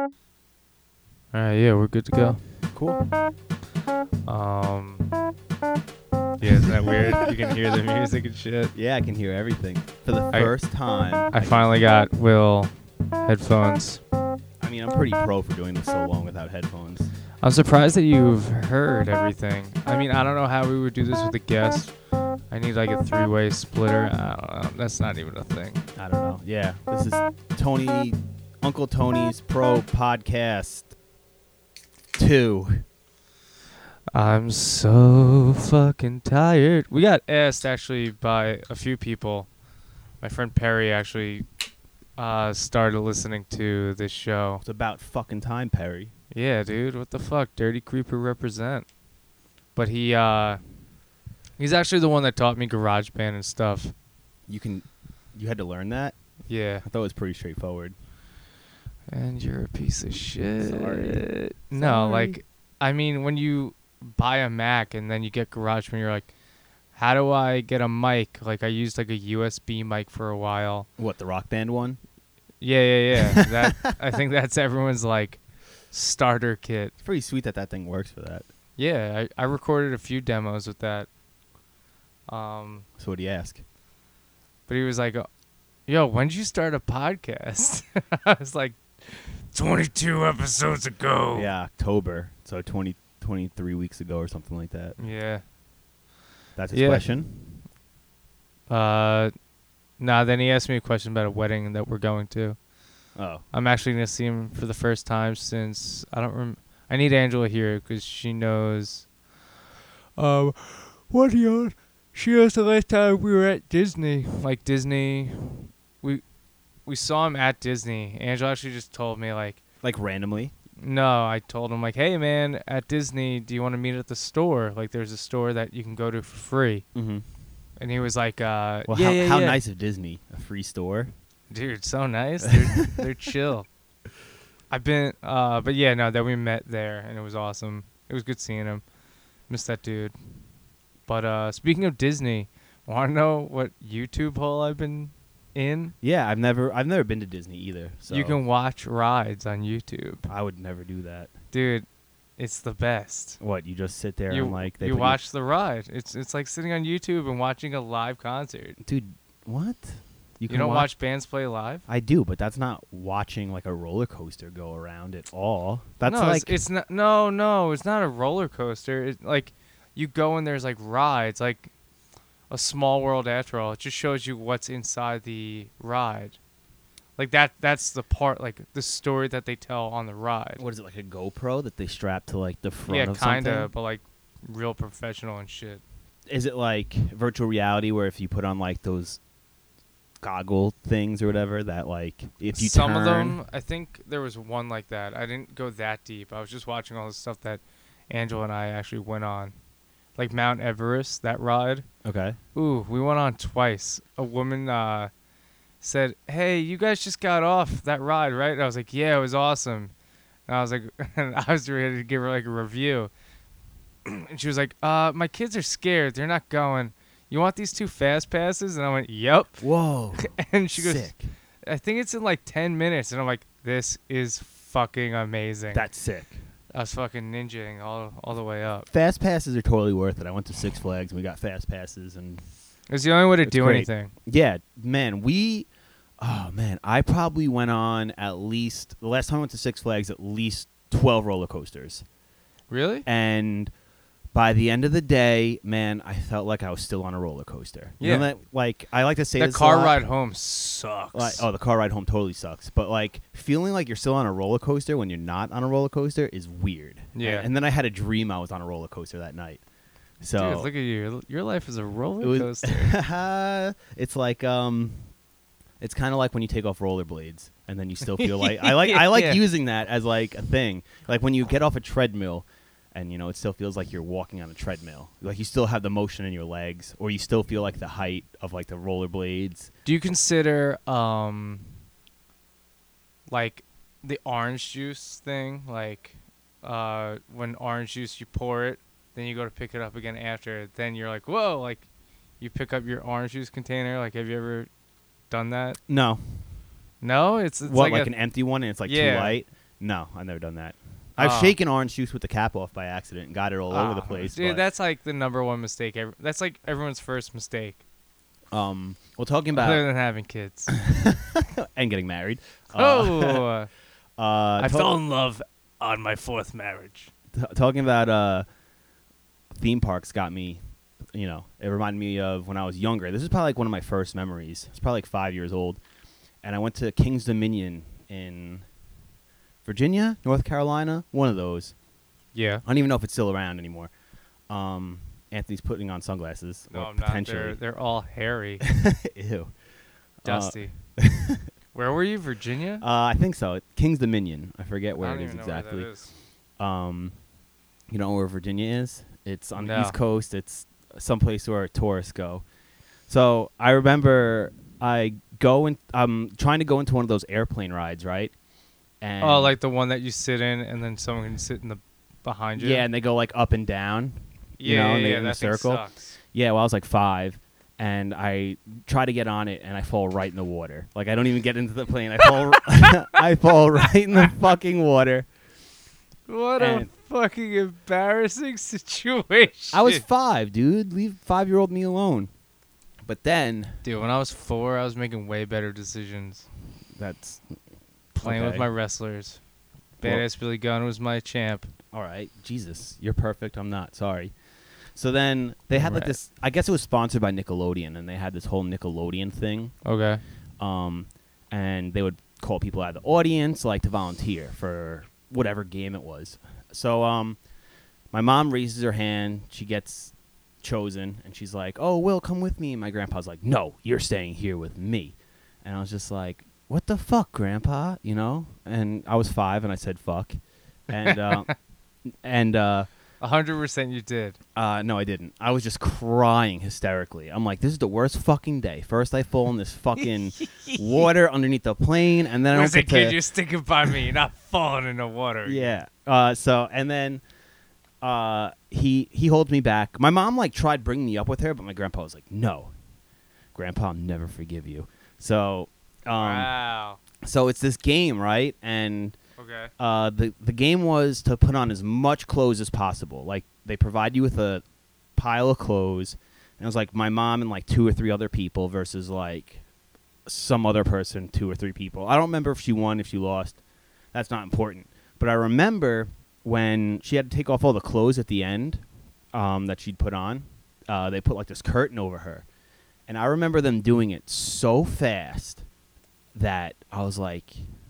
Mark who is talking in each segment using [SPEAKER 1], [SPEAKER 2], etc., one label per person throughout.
[SPEAKER 1] All right, yeah, we're good to go.
[SPEAKER 2] Cool.
[SPEAKER 1] Um, yeah, isn't that weird? you can hear the music and shit.
[SPEAKER 2] Yeah, I can hear everything for the
[SPEAKER 1] I-
[SPEAKER 2] first time.
[SPEAKER 1] I finally got Will headphones.
[SPEAKER 2] I mean, I'm pretty pro for doing this so long without headphones.
[SPEAKER 1] I'm surprised that you've heard everything. I mean, I don't know how we would do this with a guest. I need like a three-way splitter. I don't know. That's not even a thing.
[SPEAKER 2] I don't know. Yeah, this is Tony, Uncle Tony's Pro Podcast Two.
[SPEAKER 1] I'm so fucking tired. We got asked actually by a few people. My friend Perry actually uh, started listening to this show.
[SPEAKER 2] It's about fucking time, Perry.
[SPEAKER 1] Yeah, dude, what the fuck? Dirty Creeper represent. But he uh he's actually the one that taught me GarageBand and stuff.
[SPEAKER 2] You can, you had to learn that.
[SPEAKER 1] Yeah.
[SPEAKER 2] I thought it was pretty straightforward.
[SPEAKER 1] And you're a piece of shit.
[SPEAKER 2] Sorry.
[SPEAKER 1] No,
[SPEAKER 2] Sorry.
[SPEAKER 1] like I mean when you buy a Mac and then you get GarageBand you're like how do I get a mic? Like I used like a USB mic for a while.
[SPEAKER 2] What the rock band one?
[SPEAKER 1] Yeah, yeah, yeah. that I think that's everyone's like starter kit.
[SPEAKER 2] It's pretty sweet that that thing works for that.
[SPEAKER 1] Yeah, I, I recorded a few demos with that. Um
[SPEAKER 2] So what do you ask?
[SPEAKER 1] But he was like, "Yo, when did you start a podcast?" I was like, "22 episodes ago."
[SPEAKER 2] Yeah, October. So 20, 23 weeks ago or something like that.
[SPEAKER 1] Yeah.
[SPEAKER 2] That's his
[SPEAKER 1] Yeah.
[SPEAKER 2] question.
[SPEAKER 1] Uh, nah. Then he asked me a question about a wedding that we're going to.
[SPEAKER 2] Oh,
[SPEAKER 1] I'm actually gonna see him for the first time since I don't rem. I need Angela here because she knows. Um, what do you? She knows the last time we were at Disney. Like Disney, we we saw him at Disney. Angela actually just told me like.
[SPEAKER 2] like randomly.
[SPEAKER 1] No, I told him like, "Hey man, at Disney, do you want to meet at the store? Like there's a store that you can go to for free."
[SPEAKER 2] Mm-hmm.
[SPEAKER 1] And he was like, uh,
[SPEAKER 2] Well,
[SPEAKER 1] yeah,
[SPEAKER 2] how,
[SPEAKER 1] yeah,
[SPEAKER 2] how
[SPEAKER 1] yeah.
[SPEAKER 2] nice of Disney, a free store.
[SPEAKER 1] Dude, so nice. They're, they're chill. I've been uh but yeah, no, then we met there and it was awesome. It was good seeing him. Miss that dude. But uh speaking of Disney, want to know what YouTube hole I've been in?
[SPEAKER 2] Yeah, I've never I've never been to Disney either. So
[SPEAKER 1] You can watch rides on YouTube.
[SPEAKER 2] I would never do that.
[SPEAKER 1] Dude, it's the best.
[SPEAKER 2] What you just sit there
[SPEAKER 1] you,
[SPEAKER 2] and like they
[SPEAKER 1] you
[SPEAKER 2] put
[SPEAKER 1] watch the ride. It's it's like sitting on YouTube and watching a live concert.
[SPEAKER 2] dude. What
[SPEAKER 1] You, don't watch, bands play live.
[SPEAKER 2] I do, but that's not watching like a roller coaster go around at all. That's
[SPEAKER 1] no,
[SPEAKER 2] like
[SPEAKER 1] it's, it's not. No, no, it's not a roller coaster. It's like you go and there's like rides, like a small world after all. It just shows you what's inside the ride. Like that. That's the part. Like the story that they tell on the ride.
[SPEAKER 2] what is it like a GoPro that they strap to like the front
[SPEAKER 1] yeah,
[SPEAKER 2] of
[SPEAKER 1] kinda,
[SPEAKER 2] something?
[SPEAKER 1] but like real professional and shit.
[SPEAKER 2] Is it like virtual reality where if you put on like those goggle things or whatever that like if you
[SPEAKER 1] some
[SPEAKER 2] turn,
[SPEAKER 1] of them i think there was one like that i didn't go that deep i was just watching all the stuff that angela and i actually went on like mount everest that ride
[SPEAKER 2] okay
[SPEAKER 1] ooh we went on twice a woman uh said hey you guys just got off that ride right and i was like yeah it was awesome and i was like and i was ready to give her like a review and she was like uh my kids are scared they're not going you want these two fast passes and i went yep
[SPEAKER 2] whoa
[SPEAKER 1] and she goes
[SPEAKER 2] sick
[SPEAKER 1] I think it's in like 10 minutes. And I'm like, this is fucking amazing.
[SPEAKER 2] that's sick
[SPEAKER 1] I was fucking ninjaing all, all the way up.
[SPEAKER 2] Fast passes are totally worth it. I went to Six Flags and we got fast passes and
[SPEAKER 1] It's the only way to
[SPEAKER 2] It's
[SPEAKER 1] do
[SPEAKER 2] great.
[SPEAKER 1] anything.
[SPEAKER 2] yeah, man, we oh man, I probably went on at least the last time I went to Six Flags at least 12 roller coasters.
[SPEAKER 1] Really?
[SPEAKER 2] And by the end of the day, man, I felt like I was still on a roller coaster. You know
[SPEAKER 1] Yeah.
[SPEAKER 2] that, like I like to say
[SPEAKER 1] That
[SPEAKER 2] this a
[SPEAKER 1] car
[SPEAKER 2] lot.
[SPEAKER 1] ride home sucks.
[SPEAKER 2] Like, oh, the car ride home totally sucks. But like feeling like you're still on a roller coaster when you're not on a roller coaster is weird.
[SPEAKER 1] Yeah.
[SPEAKER 2] And, then I had a dream I was on a roller coaster that night. So
[SPEAKER 1] Dude, look at you. Your life is a roller
[SPEAKER 2] It was-
[SPEAKER 1] coaster.
[SPEAKER 2] it's like um, it's kind of like when you take off rollerblades and then you still feel like I like I like
[SPEAKER 1] Yeah.
[SPEAKER 2] using that as like a thing. Like when you get off a treadmill, and you know it still feels like you're walking on a treadmill. Like you still have the motion in your legs, or you still feel like the height of like the rollerblades.
[SPEAKER 1] do you consider, um, like, the orange juice thing? Like, uh, when orange juice, you pour it, then you go to pick it up again after. Then you're like, whoa, like, you pick up your orange juice container. Like, have you ever done that?
[SPEAKER 2] No,
[SPEAKER 1] No, it's, it's
[SPEAKER 2] what, like,
[SPEAKER 1] like, a-
[SPEAKER 2] an empty one, and it's like
[SPEAKER 1] Yeah.
[SPEAKER 2] too light. No, I've never done that. I've
[SPEAKER 1] Oh.
[SPEAKER 2] shaken orange juice with the cap off by accident and got it all over the
[SPEAKER 1] Ah,
[SPEAKER 2] place.
[SPEAKER 1] Dude,
[SPEAKER 2] but,
[SPEAKER 1] that's like the number one mistake. Ever. That's like everyone's first mistake,
[SPEAKER 2] um, well, talking
[SPEAKER 1] other
[SPEAKER 2] about
[SPEAKER 1] than having kids.
[SPEAKER 2] and getting married. uh,
[SPEAKER 1] oh,
[SPEAKER 2] uh,
[SPEAKER 1] I
[SPEAKER 2] talk-
[SPEAKER 1] fell in love on my fourth marriage.
[SPEAKER 2] t- talking about uh, theme parks got me. You know, it reminded me of when I was younger. This is probably like one of my first memories. It's probably like five years old, and I went to King's Dominion in Virginia, North Carolina, one of those.
[SPEAKER 1] Yeah.
[SPEAKER 2] I don't even know if it's still around anymore. Um, Anthony's putting on sunglasses.
[SPEAKER 1] No,
[SPEAKER 2] or
[SPEAKER 1] I'm not. They're,
[SPEAKER 2] potentially. Uh,
[SPEAKER 1] they're all hairy,
[SPEAKER 2] Ew.
[SPEAKER 1] dusty. Where were you, Virginia?
[SPEAKER 2] Uh, I think so. King's Dominion. I forget where
[SPEAKER 1] I
[SPEAKER 2] it
[SPEAKER 1] don't
[SPEAKER 2] is
[SPEAKER 1] even know
[SPEAKER 2] exactly.
[SPEAKER 1] Where that is.
[SPEAKER 2] um, you know where Virginia is? It's on the
[SPEAKER 1] No.
[SPEAKER 2] East Coast. It's someplace where tourists go. So I remember I go and I'm trying to go into one of those airplane rides, right? And
[SPEAKER 1] Oh, like the one that you sit in, and then someone can sit in the behind you.
[SPEAKER 2] yeah, and they go like up and down. you
[SPEAKER 1] yeah,
[SPEAKER 2] know,
[SPEAKER 1] yeah,
[SPEAKER 2] and they-
[SPEAKER 1] yeah,
[SPEAKER 2] in
[SPEAKER 1] that
[SPEAKER 2] a
[SPEAKER 1] thing
[SPEAKER 2] circle.
[SPEAKER 1] sucks.
[SPEAKER 2] Yeah, well, I was like five, and I try to get on it, and I fall right in the water. Like I don't even get into the plane. I fall, I fall right in the fucking water.
[SPEAKER 1] What a
[SPEAKER 2] And-
[SPEAKER 1] fucking embarrassing situation.
[SPEAKER 2] I was five, dude. Leave five-year-old me alone. But then
[SPEAKER 1] dude. When I was four, I was making way better decisions.
[SPEAKER 2] that's
[SPEAKER 1] Playing with
[SPEAKER 2] Okay.
[SPEAKER 1] my wrestlers.
[SPEAKER 2] Well-
[SPEAKER 1] Badass Billy Gunn was my champ.
[SPEAKER 2] all right. Jesus, you're perfect. I'm not sorry. So then they had like
[SPEAKER 1] Right.
[SPEAKER 2] this. I guess it was sponsored by Nickelodeon, and they had this whole Nickelodeon thing.
[SPEAKER 1] Okay.
[SPEAKER 2] um, and they would call people out of the audience like to volunteer for whatever game it was. So um, my mom raises her hand, she gets chosen, and she's like, "Oh, Will, come with me." And my grandpa's like, "No, you're staying here with me." And I was just like, "What the fuck, grandpa?" You know? And I was five, and I said "fuck," and uh, and. Uh,
[SPEAKER 1] A hundred percent, you did.
[SPEAKER 2] uh, no, I didn't. I was just crying hysterically. I'm like, this is the worst fucking day. First, I fall in this fucking water underneath the plane, and then I don't
[SPEAKER 1] As a
[SPEAKER 2] get to.
[SPEAKER 1] kid, you're sticking by me. You're not falling in the water.
[SPEAKER 2] yeah. Uh, so and then, uh, he he holds me back. My mom like tried bringing me up with her, but my grandpa was like, no, grandpa, I'll never forgive you. So, um,
[SPEAKER 1] Wow.
[SPEAKER 2] so it's this game, right? And
[SPEAKER 1] Okay.
[SPEAKER 2] uh, the the game was to put on as much clothes as possible. Like they provide you with a pile of clothes, and it was like my mom and like two or three other people versus like some other person, two or three people. I don't remember if she won, if she lost. That's not important. But I remember when she had to take off all the clothes at the end um, that she'd put on. Uh, they put like this curtain over her, and I remember them doing it so fast that I was like,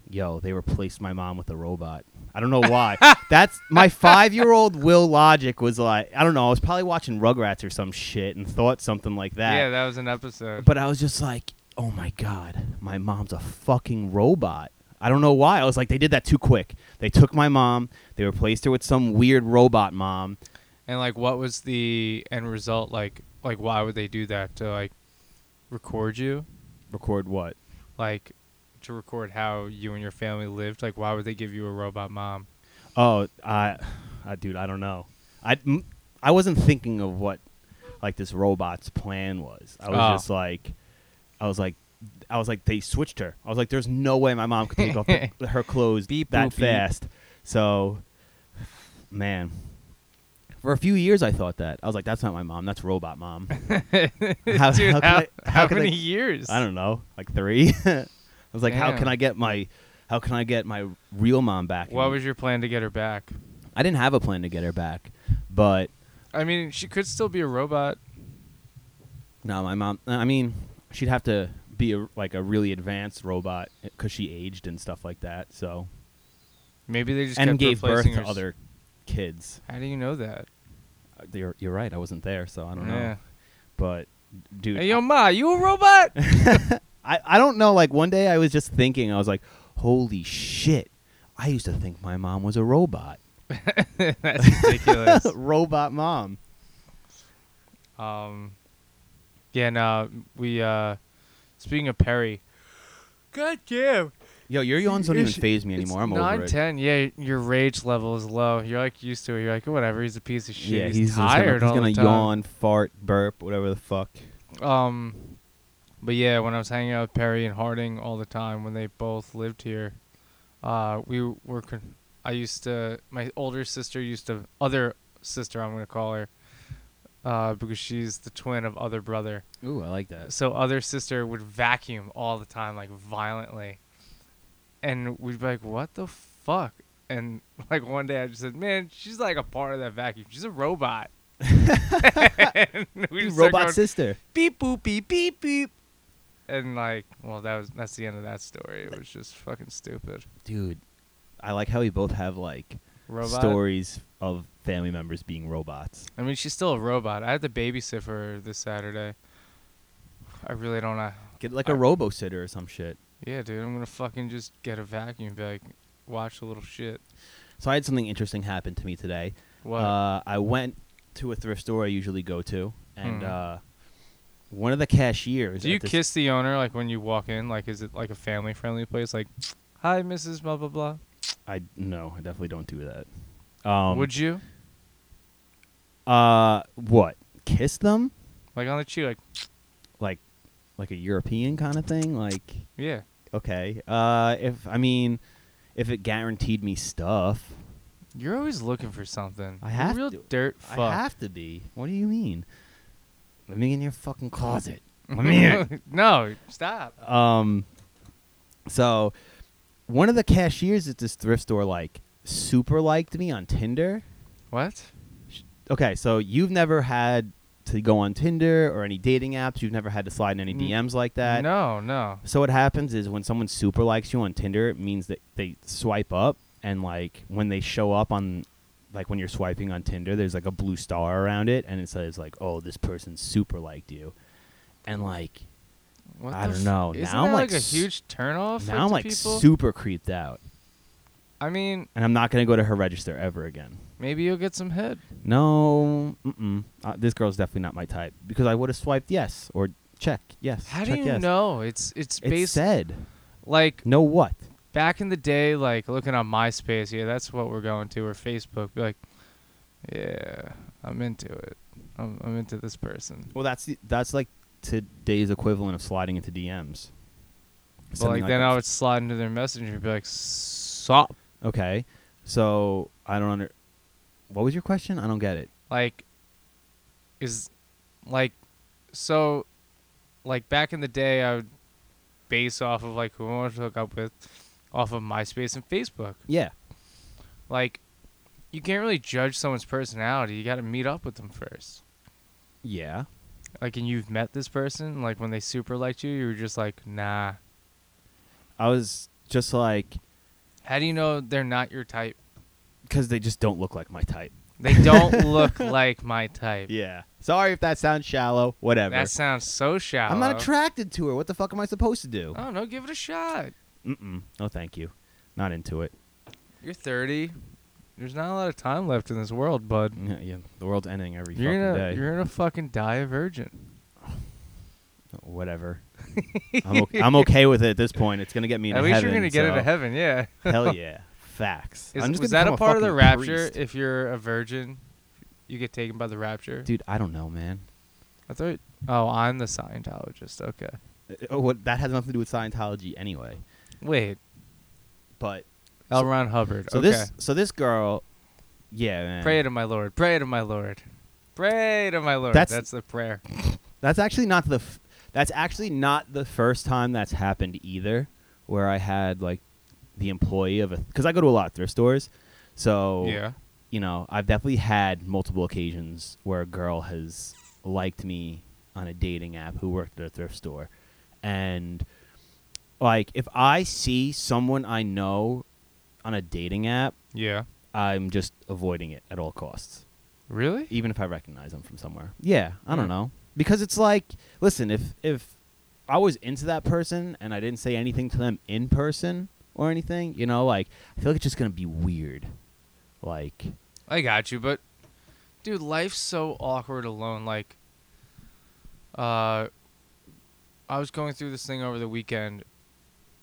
[SPEAKER 2] yo, they replaced my mom with a robot. I don't know why. That's my five year old Will Logic was like, I don't know. I was probably watching Rugrats or some shit and thought something like that.
[SPEAKER 1] Yeah, that was an episode.
[SPEAKER 2] But I was just like, oh my God, my mom's a fucking robot. I don't know why. I was like, they did that too quick. They took my mom, they replaced her with some weird robot mom.
[SPEAKER 1] and like, what was the end result? Like, like why would they do that to like record you?
[SPEAKER 2] Record what?
[SPEAKER 1] Like to record how you and your family lived? Like, why would they give you a robot mom?
[SPEAKER 2] Oh, I, I dude, I don't know. I, m- I wasn't thinking of what like this robot's plan was. I was
[SPEAKER 1] Oh.
[SPEAKER 2] just like, I was like, I was like, they switched her. I was like, there's no way my mom could take off the, her clothes
[SPEAKER 1] Beep,
[SPEAKER 2] that
[SPEAKER 1] boop, beep.
[SPEAKER 2] fast. So, man, for a few years I thought that. I was like, that's not my mom. That's robot mom. How-
[SPEAKER 1] Dude, how,
[SPEAKER 2] how could I- how could I-
[SPEAKER 1] many years?
[SPEAKER 2] I don't know, like three. I was like, how
[SPEAKER 1] Damn.
[SPEAKER 2] can I get my, how can I get my real mom back?
[SPEAKER 1] What
[SPEAKER 2] And
[SPEAKER 1] was your plan to get her back?
[SPEAKER 2] I didn't have a plan to get her back, but
[SPEAKER 1] I mean, she could still be a robot.
[SPEAKER 2] No, my mom. I mean, she'd have to be a, like a really advanced robot because she aged and stuff like that. So
[SPEAKER 1] Maybe they just
[SPEAKER 2] and
[SPEAKER 1] kept
[SPEAKER 2] gave birth
[SPEAKER 1] replacing
[SPEAKER 2] to
[SPEAKER 1] her s-
[SPEAKER 2] other kids.
[SPEAKER 1] How do you know that?
[SPEAKER 2] Uh, You're, you're right. I wasn't there, so I don't
[SPEAKER 1] Yeah.
[SPEAKER 2] know. But dude,
[SPEAKER 1] Hey, yo, ma, you a robot?
[SPEAKER 2] I I don't know. Like one day, I was just thinking. I was like, holy shit! I used to think my mom was a robot.
[SPEAKER 1] That's ridiculous.
[SPEAKER 2] robot mom.
[SPEAKER 1] Um, yeah, no, we, uh, speaking of Perry. God damn.
[SPEAKER 2] Yo, your yawns don't even
[SPEAKER 1] It's-
[SPEAKER 2] phase me anymore. I'm
[SPEAKER 1] it's
[SPEAKER 2] over it.
[SPEAKER 1] 9:10. Yeah, your rage level is low. You're like used to it. You're like, whatever, he's a piece of shit.
[SPEAKER 2] Yeah,
[SPEAKER 1] he's,
[SPEAKER 2] he's just
[SPEAKER 1] tired
[SPEAKER 2] Gonna,
[SPEAKER 1] all
[SPEAKER 2] he's gonna
[SPEAKER 1] the time.
[SPEAKER 2] yawn, fart, burp, whatever the fuck.
[SPEAKER 1] Um, But yeah, when I was hanging out with Perry and Harding all the time when they both lived here, uh, we were. Con- I used to. My older sister used to. Other sister, I'm gonna call her, uh, because she's the twin of other brother.
[SPEAKER 2] Ooh, I like that.
[SPEAKER 1] So other sister would vacuum all the time, like violently, and we'd be like, "What the fuck?" And like one day, I just said, "Man, she's like a part of that vacuum. She's a robot." And we just started
[SPEAKER 2] robot
[SPEAKER 1] going,
[SPEAKER 2] sister.
[SPEAKER 1] beep boop beep beep beep and like well that was that's the end of that story it was just fucking stupid
[SPEAKER 2] Dude, I like how we both have like
[SPEAKER 1] robot
[SPEAKER 2] stories of family members being robots.
[SPEAKER 1] i mean she's still a robot i had to babysit for her this saturday i really don't know
[SPEAKER 2] Get like
[SPEAKER 1] I-
[SPEAKER 2] a robo sitter or some shit.
[SPEAKER 1] yeah dude i'm gonna fucking just get a vacuum bag watch a little shit
[SPEAKER 2] So I had something interesting happen to me today.
[SPEAKER 1] what
[SPEAKER 2] Uh, I went to a thrift store I usually go to, and
[SPEAKER 1] Mhm.
[SPEAKER 2] uh, one of the cashiers.
[SPEAKER 1] do
[SPEAKER 2] at
[SPEAKER 1] you
[SPEAKER 2] this-
[SPEAKER 1] kiss the owner like when you walk in like is it like a family friendly place like hi mrs blah blah blah
[SPEAKER 2] I no, I definitely don't do that. Um,
[SPEAKER 1] would you
[SPEAKER 2] uh, what kiss them
[SPEAKER 1] like on the cheek like
[SPEAKER 2] like like a European kind of thing? Like
[SPEAKER 1] yeah
[SPEAKER 2] okay, uh, if I mean if it guaranteed me stuff,
[SPEAKER 1] you're always looking for something
[SPEAKER 2] I
[SPEAKER 1] You're
[SPEAKER 2] have
[SPEAKER 1] real
[SPEAKER 2] to.
[SPEAKER 1] dirt fuck
[SPEAKER 2] I have to be. What do you mean? Let me in your fucking closet. Let me in.
[SPEAKER 1] no, stop.
[SPEAKER 2] Um, so one of the cashiers at this thrift store like super liked me on Tinder.
[SPEAKER 1] What?
[SPEAKER 2] Okay, so you've never had to go on Tinder or any dating apps. You've never had to slide in any
[SPEAKER 1] N-
[SPEAKER 2] DMs like that.
[SPEAKER 1] no, no.
[SPEAKER 2] So what happens is when someone super likes you on Tinder, it means that they swipe up and like when they show up on like when you're swiping on Tinder, there's like a blue star around it and it says like, "Oh, this person super liked you." And like
[SPEAKER 1] What
[SPEAKER 2] I
[SPEAKER 1] the
[SPEAKER 2] don't
[SPEAKER 1] f-
[SPEAKER 2] know.
[SPEAKER 1] Isn't
[SPEAKER 2] Now I'm
[SPEAKER 1] that
[SPEAKER 2] like
[SPEAKER 1] a
[SPEAKER 2] s-
[SPEAKER 1] huge turnoff.
[SPEAKER 2] now
[SPEAKER 1] to
[SPEAKER 2] I'm like
[SPEAKER 1] people?
[SPEAKER 2] super creeped out.
[SPEAKER 1] I mean,
[SPEAKER 2] and I'm not gonna go to her register ever again.
[SPEAKER 1] maybe you'll get some head.
[SPEAKER 2] No, mm-mm. Uh, this girl's definitely not my type because I would have swiped yes or check yes.
[SPEAKER 1] How do
[SPEAKER 2] check
[SPEAKER 1] you
[SPEAKER 2] yes.
[SPEAKER 1] know? It's it's
[SPEAKER 2] It
[SPEAKER 1] based
[SPEAKER 2] said
[SPEAKER 1] like
[SPEAKER 2] no what?
[SPEAKER 1] back in the day, like looking on MySpace. Yeah, that's what we're going to or Facebook. Be like, yeah, I'm into it. I'm I'm into this person.
[SPEAKER 2] Well, that's the- that's like today's equivalent of sliding into DMs.
[SPEAKER 1] But
[SPEAKER 2] Something
[SPEAKER 1] like, then
[SPEAKER 2] that.
[SPEAKER 1] I would slide into their messenger and be like, stop.
[SPEAKER 2] okay, so I don't under. What was your question? I don't get it.
[SPEAKER 1] like is like so like back in the day I would base off of like who I wanted to hook up with off of MySpace and Facebook.
[SPEAKER 2] Yeah,
[SPEAKER 1] Like you can't really judge someone's personality. You got to meet up with them first.
[SPEAKER 2] yeah.
[SPEAKER 1] Like and you've met this person like when they super liked you, you were just like, "Nah."
[SPEAKER 2] I was just like
[SPEAKER 1] How do you know they're not your type?
[SPEAKER 2] because they just don't look like my type.
[SPEAKER 1] They don't look like my type.
[SPEAKER 2] Yeah. Sorry if that sounds shallow. Whatever.
[SPEAKER 1] That sounds so shallow.
[SPEAKER 2] I'm not attracted to her. What the fuck am I supposed to do?
[SPEAKER 1] Oh, no, give it a shot.
[SPEAKER 2] Mm-mm. No, thank you. Not into it.
[SPEAKER 1] You're 30. There's not a lot of time left in this world, bud.
[SPEAKER 2] Yeah, yeah. The world's ending every
[SPEAKER 1] You're
[SPEAKER 2] fucking
[SPEAKER 1] gonna,
[SPEAKER 2] day.
[SPEAKER 1] you're gonna fucking die a virgin.
[SPEAKER 2] Whatever. I'm, okay, am okay with it at this point. It's gonna get me into
[SPEAKER 1] At least
[SPEAKER 2] heaven.
[SPEAKER 1] you're gonna get into
[SPEAKER 2] so-
[SPEAKER 1] heaven, yeah.
[SPEAKER 2] Hell yeah. Facts.
[SPEAKER 1] Is,
[SPEAKER 2] I'm just
[SPEAKER 1] was
[SPEAKER 2] gonna
[SPEAKER 1] that a
[SPEAKER 2] become
[SPEAKER 1] part of the
[SPEAKER 2] fucking
[SPEAKER 1] rapture?
[SPEAKER 2] priest.
[SPEAKER 1] If you're a virgin, you get taken by the rapture.
[SPEAKER 2] Dude, I don't know, man.
[SPEAKER 1] I thought. Oh, I'm the Scientologist. Okay.
[SPEAKER 2] Uh, Oh, what? That has nothing to do with Scientology anyway.
[SPEAKER 1] Wait,
[SPEAKER 2] But
[SPEAKER 1] L.
[SPEAKER 2] So-
[SPEAKER 1] Ron Hubbard.
[SPEAKER 2] so
[SPEAKER 1] okay.
[SPEAKER 2] this, so this girl, yeah, man.
[SPEAKER 1] Pray to my Lord. Pray to my Lord. Pray to my Lord.
[SPEAKER 2] That's-
[SPEAKER 1] the prayer.
[SPEAKER 2] That's actually not the. F- that's actually not the first time that's happened either, where I had like the employee of a because I go to a lot of thrift stores, so
[SPEAKER 1] Yeah.
[SPEAKER 2] you know I've definitely had multiple occasions where a girl has liked me on a dating app who worked at a thrift store, and like if I see someone I know on a dating app,
[SPEAKER 1] Yeah.
[SPEAKER 2] I'm just avoiding it at all costs
[SPEAKER 1] Really?
[SPEAKER 2] even if I recognize them from somewhere. Yeah, I don't
[SPEAKER 1] Hmm.
[SPEAKER 2] know because it's like, listen, if if I was into that person and I didn't say anything to them in person or anything, you know, like I feel like it's just gonna be weird. Like,
[SPEAKER 1] I got you, but dude, life's so awkward alone. Like, uh, I was going through this thing over the weekend.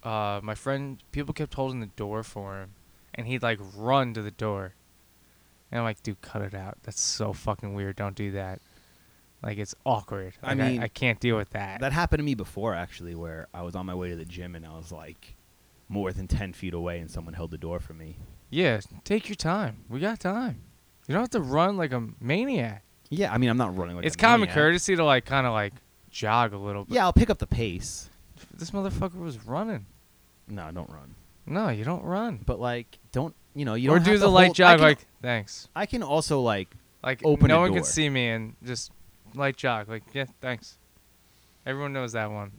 [SPEAKER 1] Uh, my friend, people kept holding the door for him, and he'd like run to the door. And I'm like, dude, cut it out. That's so fucking weird. Don't do that. Like it's awkward.
[SPEAKER 2] I
[SPEAKER 1] Like,
[SPEAKER 2] mean,
[SPEAKER 1] I, can't deal with that.
[SPEAKER 2] That happened to me before, actually, where I was on my way to the gym and I was like more than 10 feet away and someone held the door for me.
[SPEAKER 1] Yeah, take your time. We got time. You don't have to run like a maniac.
[SPEAKER 2] Yeah, I mean, I'm not running like
[SPEAKER 1] it's
[SPEAKER 2] a
[SPEAKER 1] common
[SPEAKER 2] maniac.
[SPEAKER 1] courtesy to like kind of like jog a little bit.
[SPEAKER 2] Yeah, I'll pick up the pace.
[SPEAKER 1] This motherfucker was running.
[SPEAKER 2] No, don't run.
[SPEAKER 1] No, you don't run.
[SPEAKER 2] But like, don't, you know, you
[SPEAKER 1] or
[SPEAKER 2] don't
[SPEAKER 1] do
[SPEAKER 2] have
[SPEAKER 1] the
[SPEAKER 2] to
[SPEAKER 1] light
[SPEAKER 2] hold- I
[SPEAKER 1] jog
[SPEAKER 2] can-
[SPEAKER 1] like thanks.
[SPEAKER 2] I can also like
[SPEAKER 1] Like
[SPEAKER 2] Open
[SPEAKER 1] no
[SPEAKER 2] a
[SPEAKER 1] one can
[SPEAKER 2] door.
[SPEAKER 1] see me and just light jog like yeah, thanks. Everyone knows that one.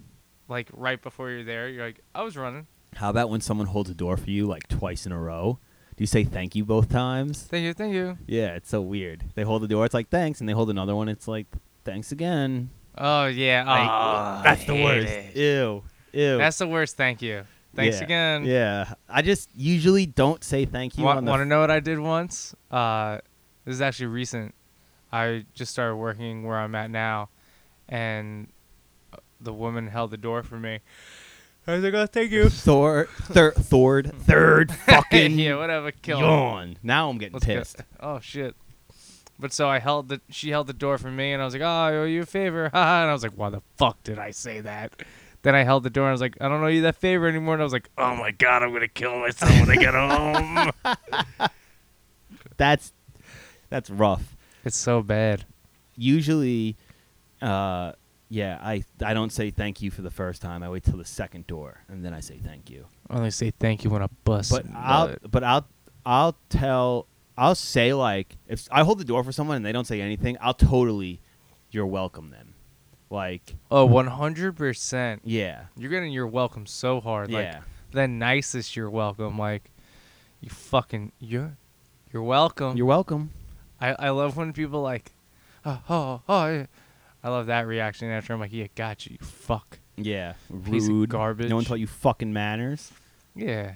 [SPEAKER 1] Like right before you're there, you're like I was running.
[SPEAKER 2] How about when someone holds a door for you like twice in a row? Do you say thank you both times?
[SPEAKER 1] Thank you, thank you.
[SPEAKER 2] Yeah, it's so weird. They hold the door, it's like thanks, and they hold another one, it's like thanks again.
[SPEAKER 1] Oh yeah.
[SPEAKER 2] Like,
[SPEAKER 1] oh,
[SPEAKER 2] that's the
[SPEAKER 1] hate
[SPEAKER 2] worst.
[SPEAKER 1] it.
[SPEAKER 2] Ew. Ew.
[SPEAKER 1] That's the worst. Thank you. Thanks
[SPEAKER 2] Yeah,
[SPEAKER 1] again.
[SPEAKER 2] Yeah. I just usually don't say thank you on
[SPEAKER 1] Want,
[SPEAKER 2] the
[SPEAKER 1] want to know what I did once? Uh, this is actually recent. I just started working where I'm at now, and uh, the woman held the door for me. I was like, "Oh, thank you."
[SPEAKER 2] Thor, thir- third, third fucking
[SPEAKER 1] yeah, whatever. Kill. her.
[SPEAKER 2] yawn. Now I'm getting
[SPEAKER 1] Let's go.
[SPEAKER 2] pissed.
[SPEAKER 1] Oh shit. But so I held the she held the door for me, and I was like, "Oh, I owe you a favor." haha," and I was like, "Why the fuck did I say that?" Then I held the door, and I was like, "I don't owe you that favor anymore." And I was like, "Oh my god, I'm gonna kill myself when I get home."
[SPEAKER 2] That's that's rough.
[SPEAKER 1] it's so bad.
[SPEAKER 2] Usually, uh, yeah, I I don't say thank you for the first time. I wait till the second door and then I say thank you.
[SPEAKER 1] I only say thank you when I bust.
[SPEAKER 2] But I'll but I'll I'll tell I'll say like if I hold the door for someone and they don't say anything, I'll totally you're welcome then. Like
[SPEAKER 1] oh, one hundred percent.
[SPEAKER 2] yeah.
[SPEAKER 1] You're getting your welcome so hard. Like
[SPEAKER 2] yeah.
[SPEAKER 1] the nicest you're welcome. Like you fucking you're you're welcome.
[SPEAKER 2] You're welcome.
[SPEAKER 1] I, I love when people like oh oh oh yeah. I love that reaction after I'm like, Yeah, gotcha, you fuck.
[SPEAKER 2] Yeah.
[SPEAKER 1] Piece of
[SPEAKER 2] Rude.
[SPEAKER 1] garbage.
[SPEAKER 2] No one taught you fucking manners.
[SPEAKER 1] Yeah.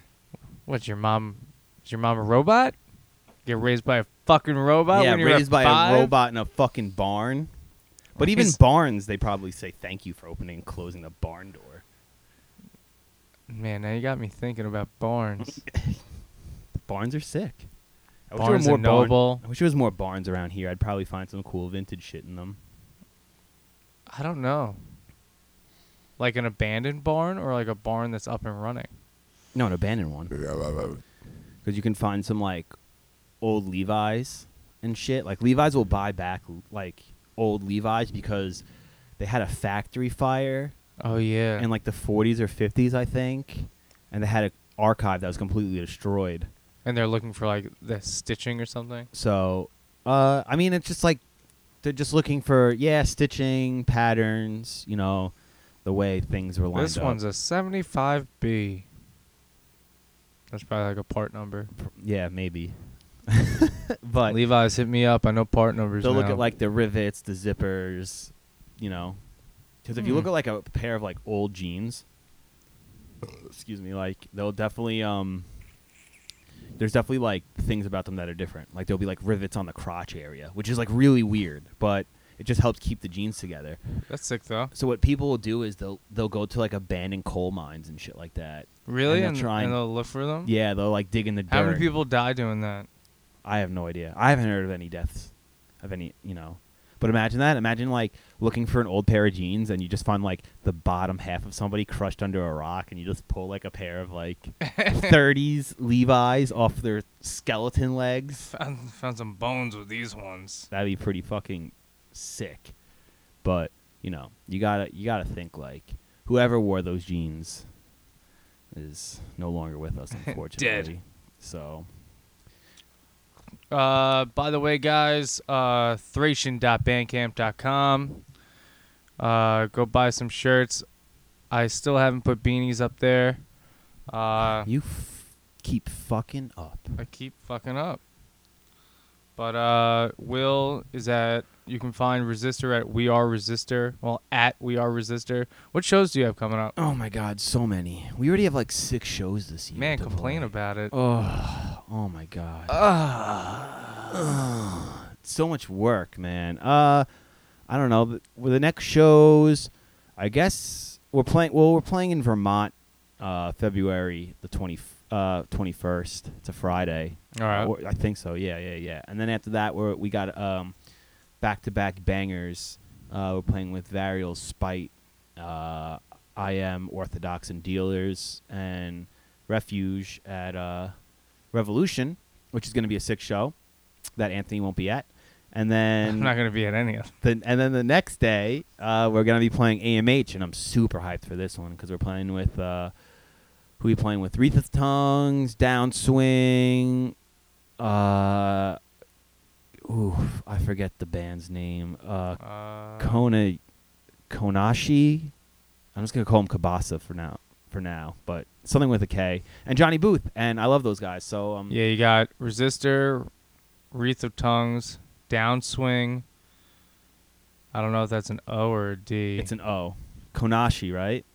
[SPEAKER 1] What's your mom is your mom a robot? Get raised by a fucking robot?
[SPEAKER 2] yeah,
[SPEAKER 1] when you're
[SPEAKER 2] raised by
[SPEAKER 1] five?
[SPEAKER 2] a robot in a fucking barn. But even
[SPEAKER 1] He's-
[SPEAKER 2] barns, they probably say thank you for opening and closing the barn door.
[SPEAKER 1] Man, now you got me thinking about barns.
[SPEAKER 2] Barns are sick. I wish there were
[SPEAKER 1] barnes and
[SPEAKER 2] barn-
[SPEAKER 1] noble.
[SPEAKER 2] I wish there was more barns around here. I'd probably find some cool vintage shit in them.
[SPEAKER 1] I don't know. Like an abandoned barn or like a barn that's up and running?
[SPEAKER 2] No, an abandoned one. Because you can find some like old Levi's and shit. Like Levi's will buy back like old Levi's because they had a factory fire
[SPEAKER 1] Oh yeah.
[SPEAKER 2] in like the 40s or 50s, I think, and they had an archive that was completely destroyed.
[SPEAKER 1] and they're looking for like the stitching or something.
[SPEAKER 2] So, uh, I mean, it's just like they're just looking for yeah, stitching patterns, you know, the way things were lined
[SPEAKER 1] This
[SPEAKER 2] up.
[SPEAKER 1] one's a 75B. That's probably like a part number.
[SPEAKER 2] yeah, maybe. but
[SPEAKER 1] Levi's hit me up. I know part numbers.
[SPEAKER 2] they'll look
[SPEAKER 1] now.
[SPEAKER 2] at like the rivets, the zippers, you know, because if you look
[SPEAKER 1] Hmm.
[SPEAKER 2] at like a pair of like old jeans, excuse me, like they'll definitely um. There's definitely like things about them that are different. Like there'll be like rivets on the crotch area, which is like really weird, but it just helps keep the jeans together.
[SPEAKER 1] that's sick though.
[SPEAKER 2] So what people will do is they'll they'll go to like abandoned coal mines and shit like that.
[SPEAKER 1] Really?
[SPEAKER 2] they'll
[SPEAKER 1] And,
[SPEAKER 2] try and-
[SPEAKER 1] and they'll look for them.
[SPEAKER 2] Yeah, they'll like dig in the dirt.
[SPEAKER 1] Hmm. How many people die doing that?
[SPEAKER 2] I have no idea. I haven't heard of any deaths of any, you know. But imagine that. Imagine like looking for an old pair of jeans and you just find like the bottom half of somebody crushed under a rock and you just pull like a pair of like 30s Levi's off their skeleton legs.
[SPEAKER 1] Found, found some bones with these ones.
[SPEAKER 2] That'd be pretty fucking sick. But, you know, you got to you got to think like whoever wore those jeans is no longer with us unfortunately. So,
[SPEAKER 1] Uh, by the way, guys, uh, thracian.bandcamp.com. Uh, go buy some shirts. I still haven't put beanies up there. Uh,
[SPEAKER 2] you f- keep fucking up.
[SPEAKER 1] I keep fucking up. But uh, Will is at. You can find Resistor at We Are Resistor. Well, at We Are Resistor. What shows do you have coming up?
[SPEAKER 2] Oh my God, so many. We already have like six shows this year.
[SPEAKER 1] Man,
[SPEAKER 2] to
[SPEAKER 1] complain
[SPEAKER 2] play.
[SPEAKER 1] about it.
[SPEAKER 2] Oh, oh my God.
[SPEAKER 1] Ah.
[SPEAKER 2] so much work, man. Uh, I don't know. The, well, the next shows, I guess we're playing. Well, we're playing in Vermont, uh, February the twenty uh twenty first. It's a Friday.
[SPEAKER 1] All right.
[SPEAKER 2] Or- I think so. Yeah, yeah, yeah. And then after that, we're we got um back to back bangers Uh, we're playing with Varial Spite, uh, I Am Orthodox and Dealers, and Refuge at uh, Revolution, which is going to be a six show that Anthony won't be at. And
[SPEAKER 1] I'm
[SPEAKER 2] then
[SPEAKER 1] not gonna be at any of. them.
[SPEAKER 2] the, and then the next day, uh, we're gonna be playing AMH, and I'm super hyped for this one because we're playing with uh, who we playing with? Wreath of Tongues, Downswing. Uh, oof, I forget the band's name. Uh,
[SPEAKER 1] Uh,
[SPEAKER 2] Kona, Konashi. I'm just gonna call him Kabasa for now. For now, but something with a K. And Johnny Booth, and I love those guys. So um,
[SPEAKER 1] Yeah, you got resistor, wreath of tongues, downswing. I don't know if that's an O or a D.
[SPEAKER 2] it's an O. Konashi, right?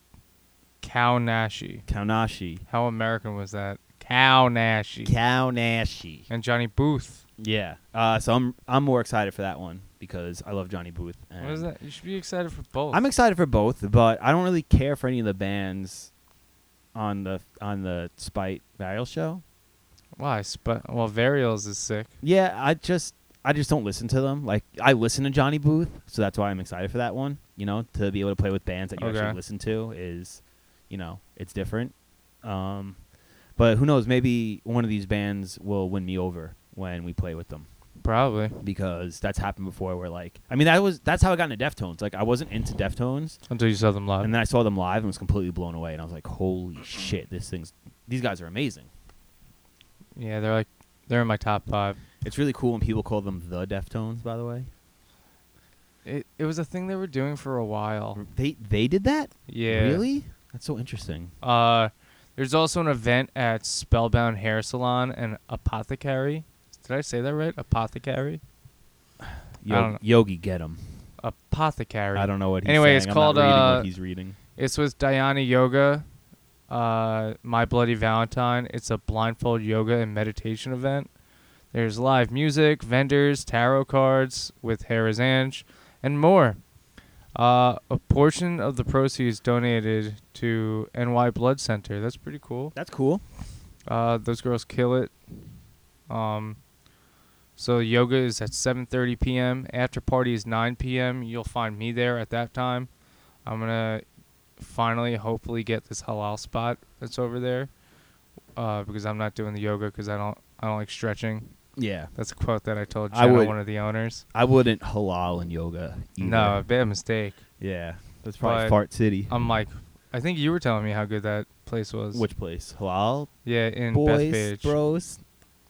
[SPEAKER 1] Kaunashi.
[SPEAKER 2] Kaunashi.
[SPEAKER 1] How American was that? Kaunashi.
[SPEAKER 2] Kaunashi.
[SPEAKER 1] and Johnny Booth.
[SPEAKER 2] Yeah. Uh, so I'm I'm more excited for that one because I love Johnny Booth. And
[SPEAKER 1] What is that? You should be excited for both.
[SPEAKER 2] I'm excited for both, but I don't really care for any of the bands on the on the Spite Varial show.
[SPEAKER 1] Why? Sp- well, Varials is sick.
[SPEAKER 2] Yeah, I just I just don't listen to them. Like I listen to Johnny Booth, so that's why I'm excited for that one. You know, to be able to play with bands that you
[SPEAKER 1] Okay.
[SPEAKER 2] actually listen to is, you know, it's different. Um, but who knows? Maybe one of these bands will win me over when we play with them.
[SPEAKER 1] Probably.
[SPEAKER 2] because that's happened before. Where like, I mean, that was that's how I got into Deftones. Like, I wasn't into Deftones,
[SPEAKER 1] Until you saw them live.
[SPEAKER 2] and then I saw them live and was completely blown away. And I was like, holy shit, this thing's these guys are amazing.
[SPEAKER 1] yeah, they're like they're in my top five.
[SPEAKER 2] It's really cool when people call them the Deftones. By the way,
[SPEAKER 1] It it was a thing they were doing for a while.
[SPEAKER 2] they they did that.
[SPEAKER 1] Oh. Yeah.
[SPEAKER 2] Really? That's so interesting.
[SPEAKER 1] Uh, there's also an event at Spellbound Hair Salon and Apothecary. Did I say that right? Apothecary.
[SPEAKER 2] Yo-
[SPEAKER 1] don't know.
[SPEAKER 2] Yogi, get him.
[SPEAKER 1] Apothecary.
[SPEAKER 2] I don't know what he's
[SPEAKER 1] Anyway,
[SPEAKER 2] saying.
[SPEAKER 1] it's
[SPEAKER 2] I'm
[SPEAKER 1] called,
[SPEAKER 2] not reading
[SPEAKER 1] uh,
[SPEAKER 2] what he's reading.
[SPEAKER 1] It's with Dhyana Yoga, uh, My Bloody Valentine. It's a blindfold yoga and meditation event. There's live music, vendors, tarot cards with Harris Ange, and more. Uh, a portion of the proceeds donated to NY Blood Center. That's pretty cool.
[SPEAKER 2] That's cool.
[SPEAKER 1] Uh, those girls kill it. Um, so yoga is at 7:30 p.m. After party is 9 p.m. You'll find me there at that time. I'm gonna finally, hopefully, get this halal spot that's over there uh, because I'm not doing the yoga because I don't I don't like stretching.
[SPEAKER 2] Yeah,
[SPEAKER 1] That's a quote that I told
[SPEAKER 2] I
[SPEAKER 1] Jenna,
[SPEAKER 2] would-
[SPEAKER 1] one of the owners.
[SPEAKER 2] I wouldn't halal in yoga. Either.
[SPEAKER 1] No, bad mistake.
[SPEAKER 2] Yeah, that's
[SPEAKER 1] But
[SPEAKER 2] probably fart city.
[SPEAKER 1] I'm like, I think you were telling me how good that place was.
[SPEAKER 2] Which place? Halal
[SPEAKER 1] yeah, in
[SPEAKER 2] boys,
[SPEAKER 1] Bethpage.
[SPEAKER 2] bros.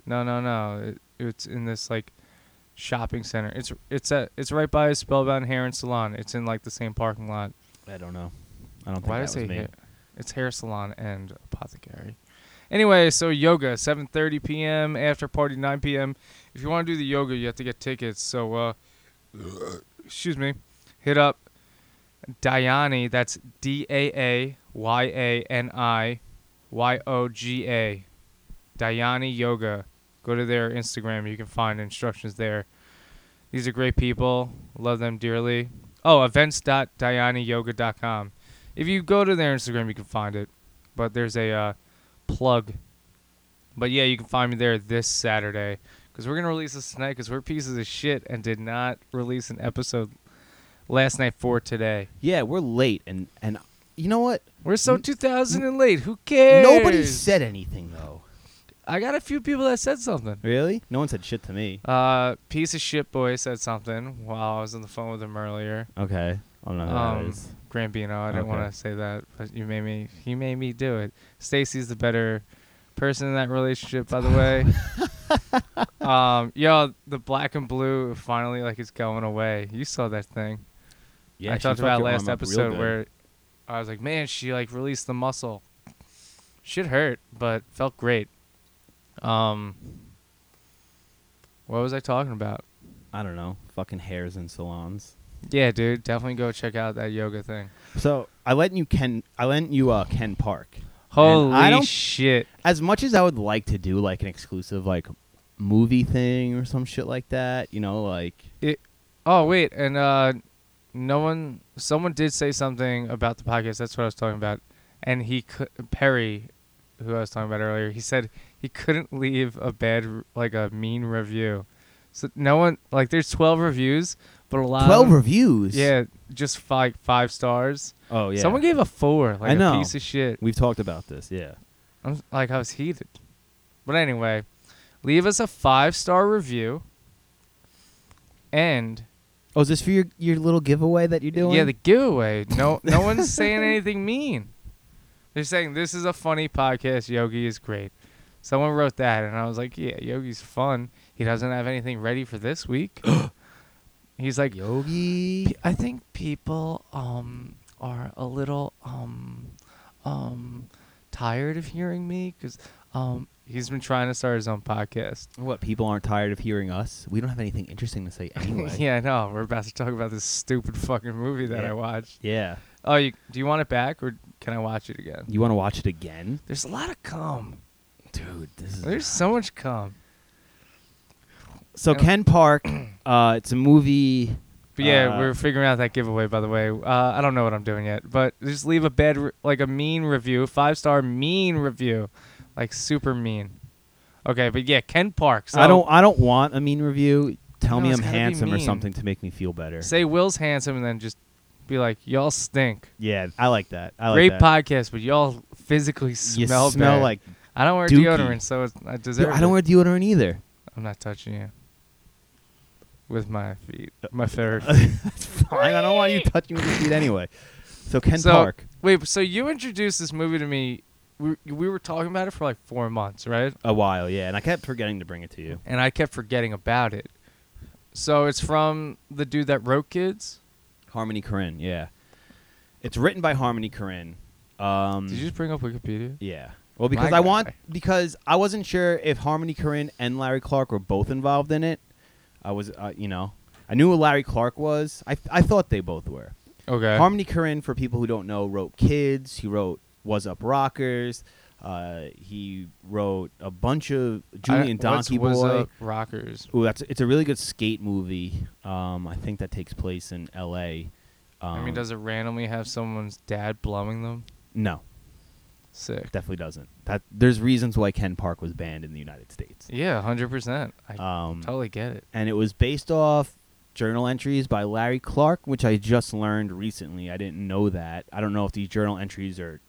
[SPEAKER 1] No, no, no. It, it's in this like shopping center. It's it's at it's right by Spellbound Hair and Salon. It's in like the same parking lot.
[SPEAKER 2] I don't know. I don't think
[SPEAKER 1] Why did
[SPEAKER 2] that
[SPEAKER 1] I
[SPEAKER 2] was
[SPEAKER 1] say
[SPEAKER 2] me.
[SPEAKER 1] hair? It's hair salon and apothecary. Anyway, so yoga, 7:30 p.m. after party 9 p.m. If you want to do the yoga, you have to get tickets. So, uh, excuse me, hit up Dayani. That's D A A Y A N I Y O G A. Dayani Yoga. Go to their Instagram. You can find instructions there. These are great people. Love them dearly. Oh, events.dayaniyoga.com. If you go to their Instagram, you can find it. But there's a uh, plug. But yeah, you can find me there this Saturday because we're gonna release this tonight because we're pieces of shit and did not release an episode last night for today.
[SPEAKER 2] Yeah, we're late, and and you know what?
[SPEAKER 1] We're so 2000 and late. Who cares?
[SPEAKER 2] Nobody said anything though.
[SPEAKER 1] I got a few people that said something.
[SPEAKER 2] Really? No one said shit to me.
[SPEAKER 1] Uh, piece of shit boy said something while I was on the phone with him earlier.
[SPEAKER 2] Okay, I don't know who that
[SPEAKER 1] Um,
[SPEAKER 2] is.
[SPEAKER 1] Grambino, I didn't
[SPEAKER 2] Okay.
[SPEAKER 1] want to say that, but you made me. He made me do it. Stacy's the better person in that relationship, by the way. um, yo, the black and blue finally like it's going away. You saw that thing
[SPEAKER 2] Yeah,
[SPEAKER 1] I
[SPEAKER 2] she
[SPEAKER 1] talked
[SPEAKER 2] fucked
[SPEAKER 1] about
[SPEAKER 2] your
[SPEAKER 1] last
[SPEAKER 2] arm up real
[SPEAKER 1] episode
[SPEAKER 2] good.
[SPEAKER 1] where I was like, man, she like released the muscle. Shit hurt, but felt great. Um, what was I talking about?
[SPEAKER 2] I don't know, fucking hairs and salons.
[SPEAKER 1] Yeah, dude, definitely go check out that yoga thing.
[SPEAKER 2] So I lent you Ken. I lent you uh, Ken Park.
[SPEAKER 1] Holy
[SPEAKER 2] don't-
[SPEAKER 1] shit!
[SPEAKER 2] As much as I would like to do like an exclusive like movie thing or some shit like that, you know, like
[SPEAKER 1] Oh wait, and uh, no one, someone did say something about the podcast. That's what I was talking about. And he, cou- Perry, who I was talking about earlier, he said he couldn't leave a bad, r- like a mean review. So no one, like, there's 12 reviews,
[SPEAKER 3] but a lot.
[SPEAKER 2] Twelve
[SPEAKER 3] of,
[SPEAKER 2] reviews.
[SPEAKER 1] Um, Yeah, just five five stars.
[SPEAKER 2] Oh yeah.
[SPEAKER 1] Someone gave a four, like
[SPEAKER 2] I know.
[SPEAKER 1] a piece of shit.
[SPEAKER 2] We've talked about this. Yeah.
[SPEAKER 1] I'm like I was heated. But anyway, leave us a five star review. And
[SPEAKER 2] Oh, is this for your your little giveaway that you're doing?
[SPEAKER 1] yeah, the giveaway. No, no one's saying anything mean. They're saying this is a funny podcast. Yogi is great. Someone wrote that, and I was like, yeah, Yogi's fun. He doesn't have anything ready for this week. He's like,
[SPEAKER 2] Yogi.
[SPEAKER 1] Pe- I think people um are a little um um tired of hearing me because um he's been trying to start his own podcast.
[SPEAKER 2] What people aren't tired of hearing us? We don't have anything interesting to say anyway.
[SPEAKER 1] yeah, I know. We're about to talk about this stupid fucking movie that
[SPEAKER 2] Yeah.
[SPEAKER 1] I watched.
[SPEAKER 2] Yeah.
[SPEAKER 1] Oh, you, do you want it back or can I watch it again?
[SPEAKER 2] You want to watch it again,
[SPEAKER 1] There's a lot of cum.
[SPEAKER 2] dude? This is
[SPEAKER 1] There's so much cum.
[SPEAKER 2] so
[SPEAKER 1] Yeah.
[SPEAKER 2] Ken Park. Uh, it's a movie.
[SPEAKER 1] But yeah,
[SPEAKER 2] Uh,
[SPEAKER 1] we're figuring out that giveaway. By the way, uh, I don't know what I'm doing yet, but just leave a bad, re- like a mean review, five star mean review, like super mean. Okay, but yeah, Ken Parks.
[SPEAKER 2] I don't. I don't want a mean review. Tell
[SPEAKER 1] No,
[SPEAKER 2] me
[SPEAKER 1] it's
[SPEAKER 2] I'm
[SPEAKER 1] gotta be
[SPEAKER 2] handsome or
[SPEAKER 1] mean.
[SPEAKER 2] something to make me feel better.
[SPEAKER 1] say Will's handsome, and then just be like, y'all stink.
[SPEAKER 2] yeah, I like that. I like
[SPEAKER 1] Great
[SPEAKER 2] that.
[SPEAKER 1] podcast, but y'all physically
[SPEAKER 2] You
[SPEAKER 1] smell
[SPEAKER 2] smell,
[SPEAKER 1] bad.
[SPEAKER 2] like.
[SPEAKER 1] I don't wear
[SPEAKER 2] dookie.
[SPEAKER 1] deodorant, so it's, I
[SPEAKER 2] Dude,
[SPEAKER 1] deserve.
[SPEAKER 2] I don't
[SPEAKER 1] it.
[SPEAKER 2] wear deodorant either.
[SPEAKER 1] I'm not touching you with my feet,
[SPEAKER 2] Uh,
[SPEAKER 1] my fairy
[SPEAKER 2] That's fine. I don't want you touching me with your feet anyway. So Ken
[SPEAKER 1] So-
[SPEAKER 2] Park.
[SPEAKER 1] Wait, so you introduced this movie to me. We, we were talking about it for like four months, right?
[SPEAKER 2] A while, yeah, and I kept forgetting to bring it to you.
[SPEAKER 1] and I kept forgetting about it. So it's from the dude that wrote Kids.
[SPEAKER 2] Harmony Korine, yeah. It's written by Harmony Korine. Um,
[SPEAKER 1] Did you just bring up Wikipedia?
[SPEAKER 2] Yeah. Well, because
[SPEAKER 1] My
[SPEAKER 2] I want
[SPEAKER 1] guy.
[SPEAKER 2] because I wasn't sure if Harmony Korine and Larry Clark were both involved in it. I was, uh, you know, I knew who Larry Clark was. I I thought they both were.
[SPEAKER 1] Okay.
[SPEAKER 2] Harmony Korine, for people who don't know, wrote Kids. He wrote Was Up Rockers. Uh, he wrote a bunch of Julian
[SPEAKER 1] I- what's-
[SPEAKER 2] Donkey
[SPEAKER 1] was,
[SPEAKER 2] Boy.
[SPEAKER 1] uh, rockers.
[SPEAKER 2] Ooh, that's it's a really good skate movie. Um, I think that takes place in L.A. Um,
[SPEAKER 1] I mean, does it randomly have someone's dad blowing them?
[SPEAKER 2] no,
[SPEAKER 1] Sick.
[SPEAKER 2] definitely doesn't. That there's reasons why Ken Park was banned in the United States.
[SPEAKER 1] Yeah, hundred percent. I
[SPEAKER 2] Um,
[SPEAKER 1] totally get it.
[SPEAKER 2] and it was based off journal entries by Larry Clark, which I just learned recently. I didn't know that. I don't know if these journal entries are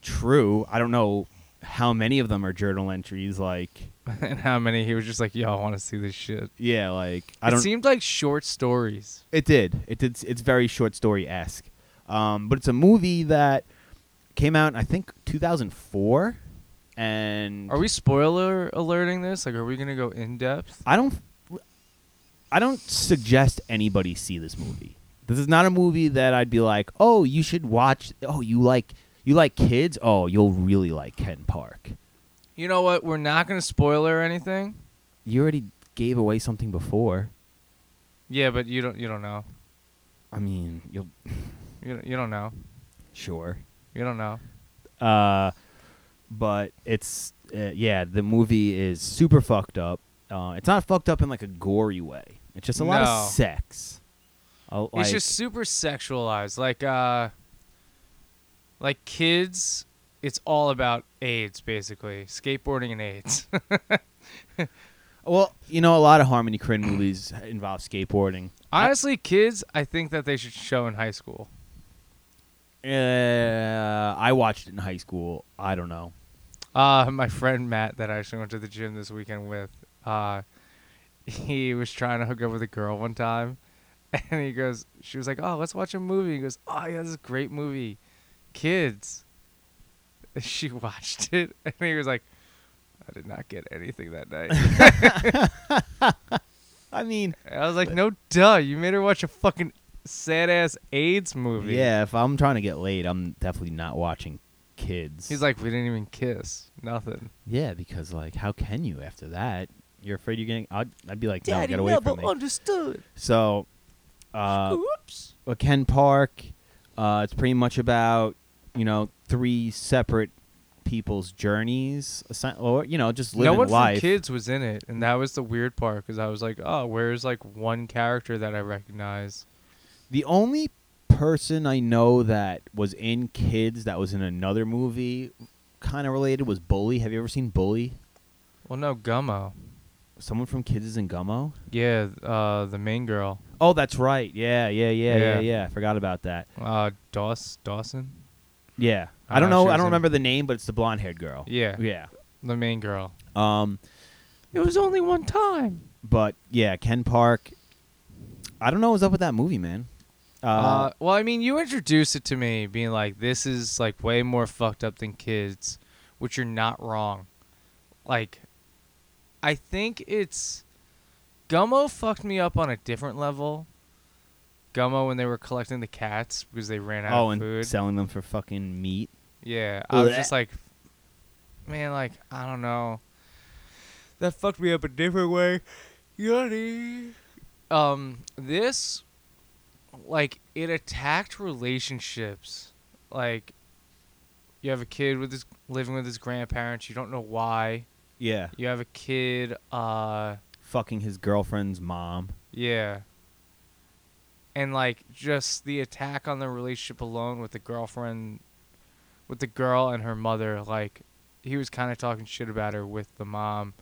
[SPEAKER 2] true. I don't know how many of them are journal entries. Like,
[SPEAKER 1] and how many he was just like, "Yo, I want to see this shit."
[SPEAKER 2] yeah, like I
[SPEAKER 1] it
[SPEAKER 2] don't.
[SPEAKER 1] seemed like short stories.
[SPEAKER 2] It did. It did. It's very short story esque, um, but it's a movie that came out I think 2004, and
[SPEAKER 1] Are we spoiler alerting this? Like, are we gonna go in depth?
[SPEAKER 2] I don't. I don't suggest anybody see this movie. This is not a movie that I'd be like, oh, you should watch. Oh, you like you like kids. Oh, you'll really like Ken Park.
[SPEAKER 1] You know what? We're not gonna spoiler anything.
[SPEAKER 2] You already gave away something before.
[SPEAKER 1] Yeah, but you don't. You don't know.
[SPEAKER 2] I mean, you'll
[SPEAKER 1] You don't- you don't know.
[SPEAKER 2] sure.
[SPEAKER 1] You don't know.
[SPEAKER 2] Uh, but it's uh, yeah, the movie is super fucked up. Uh, it's not fucked up in like a gory way. It's just a lot
[SPEAKER 1] No.
[SPEAKER 2] of sex. A- like,
[SPEAKER 1] it's just super sexualized like uh like kids it's all about aids basically skateboarding and aids
[SPEAKER 2] well, you know, a lot of Harmony Korine movies involve skateboarding.
[SPEAKER 1] honestly kids i think that they should show in high school
[SPEAKER 2] Uh, I watched it in high school. I don't know.
[SPEAKER 1] uh my friend matt that i actually went to the gym this weekend with uh he was trying to hook up with a girl one time and he goes she was like oh let's watch a movie he goes oh yeah this is a great movie kids she watched it and he was like i did not get anything that night
[SPEAKER 2] I mean,
[SPEAKER 1] I was like, no, duh. You made her watch a fucking sad ass AIDS movie.
[SPEAKER 2] yeah, if I'm trying to get laid, I'm definitely not watching kids.
[SPEAKER 1] He's like, we didn't even kiss. Nothing.
[SPEAKER 2] yeah, because like, how can you after that? You're afraid you're getting. I'd, I'd be like, no, get away from me.
[SPEAKER 1] understood.
[SPEAKER 2] So, uh,
[SPEAKER 1] Oops.
[SPEAKER 2] uh, Ken Park. Uh, it's pretty much about you know three separate people's journeys, assi- or you know just living
[SPEAKER 1] no one from
[SPEAKER 2] life.
[SPEAKER 1] kids was in it, and that was the weird part because I was like, oh, where's like one character that I recognize?
[SPEAKER 2] The only person I know that was in Kids that was in another movie, kind of related, was Bully. Have you ever seen Bully?
[SPEAKER 1] Well, no, Gummo.
[SPEAKER 2] Someone from Kids is in Gummo.
[SPEAKER 1] Yeah, uh, the main girl.
[SPEAKER 2] Oh, that's right. Yeah, yeah, yeah, yeah,
[SPEAKER 1] Yeah.
[SPEAKER 2] yeah. I forgot about that.
[SPEAKER 1] Uh, Dawes Dawson.
[SPEAKER 2] Yeah. I
[SPEAKER 1] Uh,
[SPEAKER 2] don't know.
[SPEAKER 1] she was
[SPEAKER 2] I don't
[SPEAKER 1] in-
[SPEAKER 2] remember the name, but it's the blonde haired girl.
[SPEAKER 1] Yeah,
[SPEAKER 2] Yeah.
[SPEAKER 1] the main girl.
[SPEAKER 2] Um,
[SPEAKER 1] It was only one time.
[SPEAKER 2] but yeah, Ken Park. I don't know what's up with that movie, man. Uh,
[SPEAKER 1] Uh, well, I mean, you introduced it to me, being like, "This is like way more fucked up than kids," which you're not wrong. Like, I think it's Gummo fucked me up on a different level. Gummo when they were collecting the cats because they ran out
[SPEAKER 2] oh,
[SPEAKER 1] of
[SPEAKER 2] and
[SPEAKER 1] food.
[SPEAKER 2] selling them for fucking meat.
[SPEAKER 1] Yeah, I was
[SPEAKER 2] Blech.
[SPEAKER 1] just like, man, like I don't know. That fucked me up a different way. Yuddy. Um, this, like, it attacked relationships. Like, you have a kid with his living with his grandparents. You don't know why.
[SPEAKER 2] Yeah.
[SPEAKER 1] You have a kid. Uh,
[SPEAKER 2] Fucking his girlfriend's mom.
[SPEAKER 1] yeah. And like just the attack on the relationship alone with the girlfriend with the girl and her mother, like he was kind of talking shit about her with the mom.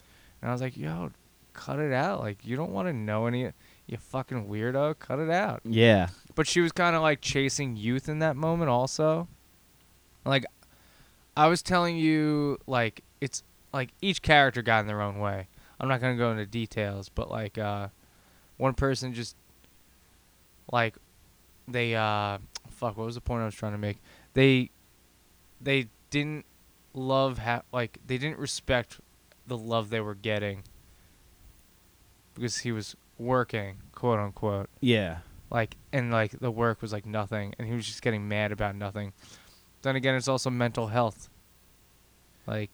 [SPEAKER 1] And I was like, "Yo, cut it out. Like you don't want to know any you fucking weirdo, cut it out."
[SPEAKER 2] Yeah.
[SPEAKER 1] But she was kind of like chasing youth in that moment also. Like I was telling you like it's like each character got in their own way. I'm not going to go into details, but like uh one person just like they uh fuck what was the point I was trying to make? They they didn't love ha- like they didn't respect the love they were getting because he was working, quote unquote
[SPEAKER 2] Yeah.
[SPEAKER 1] like and like the work was like nothing and he was just getting mad about nothing then again it's also mental health like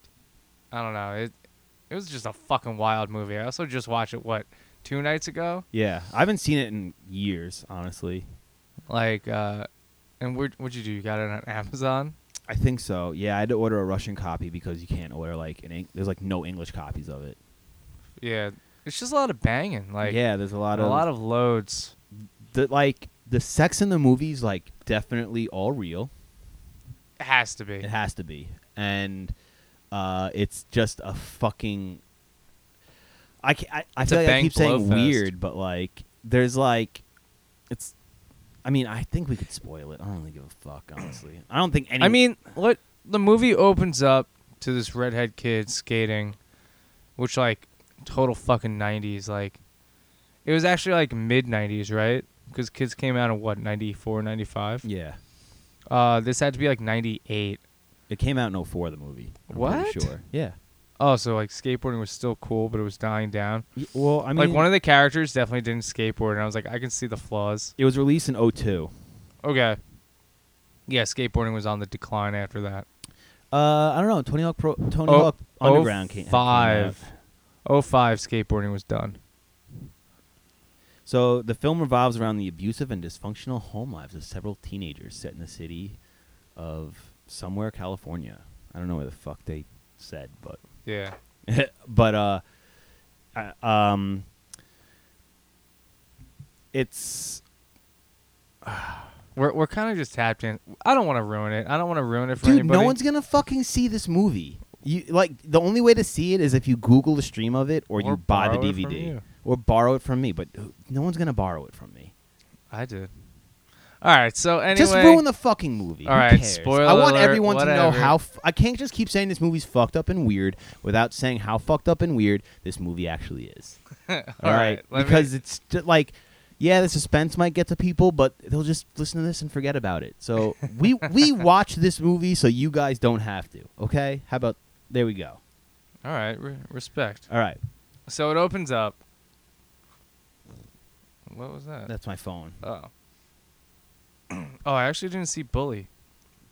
[SPEAKER 1] i don't know it it was just a fucking wild movie i also just watched it what two nights ago
[SPEAKER 2] Yeah. I haven't seen it in years, honestly.
[SPEAKER 1] like uh and where, what'd you do you got it on amazon
[SPEAKER 2] I think so. Yeah, I had to order a Russian copy because you can't order like an Eng- there's like no English copies of it.
[SPEAKER 1] yeah it's just a lot of banging like
[SPEAKER 2] yeah, there's a lot
[SPEAKER 1] a
[SPEAKER 2] of
[SPEAKER 1] lot of loads
[SPEAKER 2] the like the sex in the movies like definitely all real.
[SPEAKER 1] it has to be
[SPEAKER 2] It has to be. And uh it's just a fucking I ca- I, I
[SPEAKER 1] It's
[SPEAKER 2] feel
[SPEAKER 1] a
[SPEAKER 2] like I
[SPEAKER 1] bang
[SPEAKER 2] keep saying
[SPEAKER 1] blowfest.
[SPEAKER 2] weird, but like there's like it's I mean, I think we could spoil it. I don't really give a fuck, honestly. I don't think any
[SPEAKER 1] I mean, what the movie opens up to this redhead kid skating, which like total fucking nineties. Like, it was actually like mid nineties, right? Because kids came out in what 94, 95?
[SPEAKER 2] Yeah.
[SPEAKER 1] Uh, this had to be like ninety eight.
[SPEAKER 2] It came out in 04 the movie. I'm pretty
[SPEAKER 1] What?
[SPEAKER 2] Sure. Yeah.
[SPEAKER 1] Oh, so like skateboarding was still cool, but it was dying down.
[SPEAKER 2] Y- Well, I mean
[SPEAKER 1] like one of the characters definitely didn't skateboard, and I was like, I can see the flaws.
[SPEAKER 2] It was released in 02.
[SPEAKER 1] Okay. Yeah, skateboarding was on the decline after that.
[SPEAKER 2] Uh, I don't know. Tony Hawk Pro, Tony
[SPEAKER 1] Oh-
[SPEAKER 2] Hawk Underground came, came out.
[SPEAKER 1] five. Oh five, skateboarding was done.
[SPEAKER 2] So the film revolves around the abusive and dysfunctional home lives of several teenagers set in the city of somewhere California. I don't know where the fuck they said, but
[SPEAKER 1] Yeah.
[SPEAKER 2] but uh, I- um, it's
[SPEAKER 1] We're we're kind of just tapped in. I don't want to ruin it. I don't want to ruin it for
[SPEAKER 2] dude.
[SPEAKER 1] anybody.
[SPEAKER 2] No one's gonna fucking see this movie. You like the only way to see it is if you Google the stream of it or, you
[SPEAKER 1] Or
[SPEAKER 2] buy the
[SPEAKER 1] borrow it from
[SPEAKER 2] DVD
[SPEAKER 1] you.
[SPEAKER 2] or borrow it from me. But uh, no one's gonna borrow it from me.
[SPEAKER 1] I did. All right. So anyway,
[SPEAKER 2] Just ruin the fucking movie.
[SPEAKER 1] All
[SPEAKER 2] Who
[SPEAKER 1] right,
[SPEAKER 2] cares?
[SPEAKER 1] spoiler
[SPEAKER 2] I want
[SPEAKER 1] alert,
[SPEAKER 2] everyone to know
[SPEAKER 1] whatever.
[SPEAKER 2] how. F- I can't just keep saying this movie's fucked up and weird without saying how fucked up and weird this movie actually is.
[SPEAKER 1] all right. let me-
[SPEAKER 2] because it's ju- like, yeah, the suspense might get to people, but they'll just listen to this and forget about it. So we we watch this movie so you guys don't have to. Okay, how about there we go.
[SPEAKER 1] all right. Re- respect.
[SPEAKER 2] All right,
[SPEAKER 1] So it opens up. What was that?
[SPEAKER 2] that's my phone.
[SPEAKER 1] oh. oh, I actually didn't see Bully.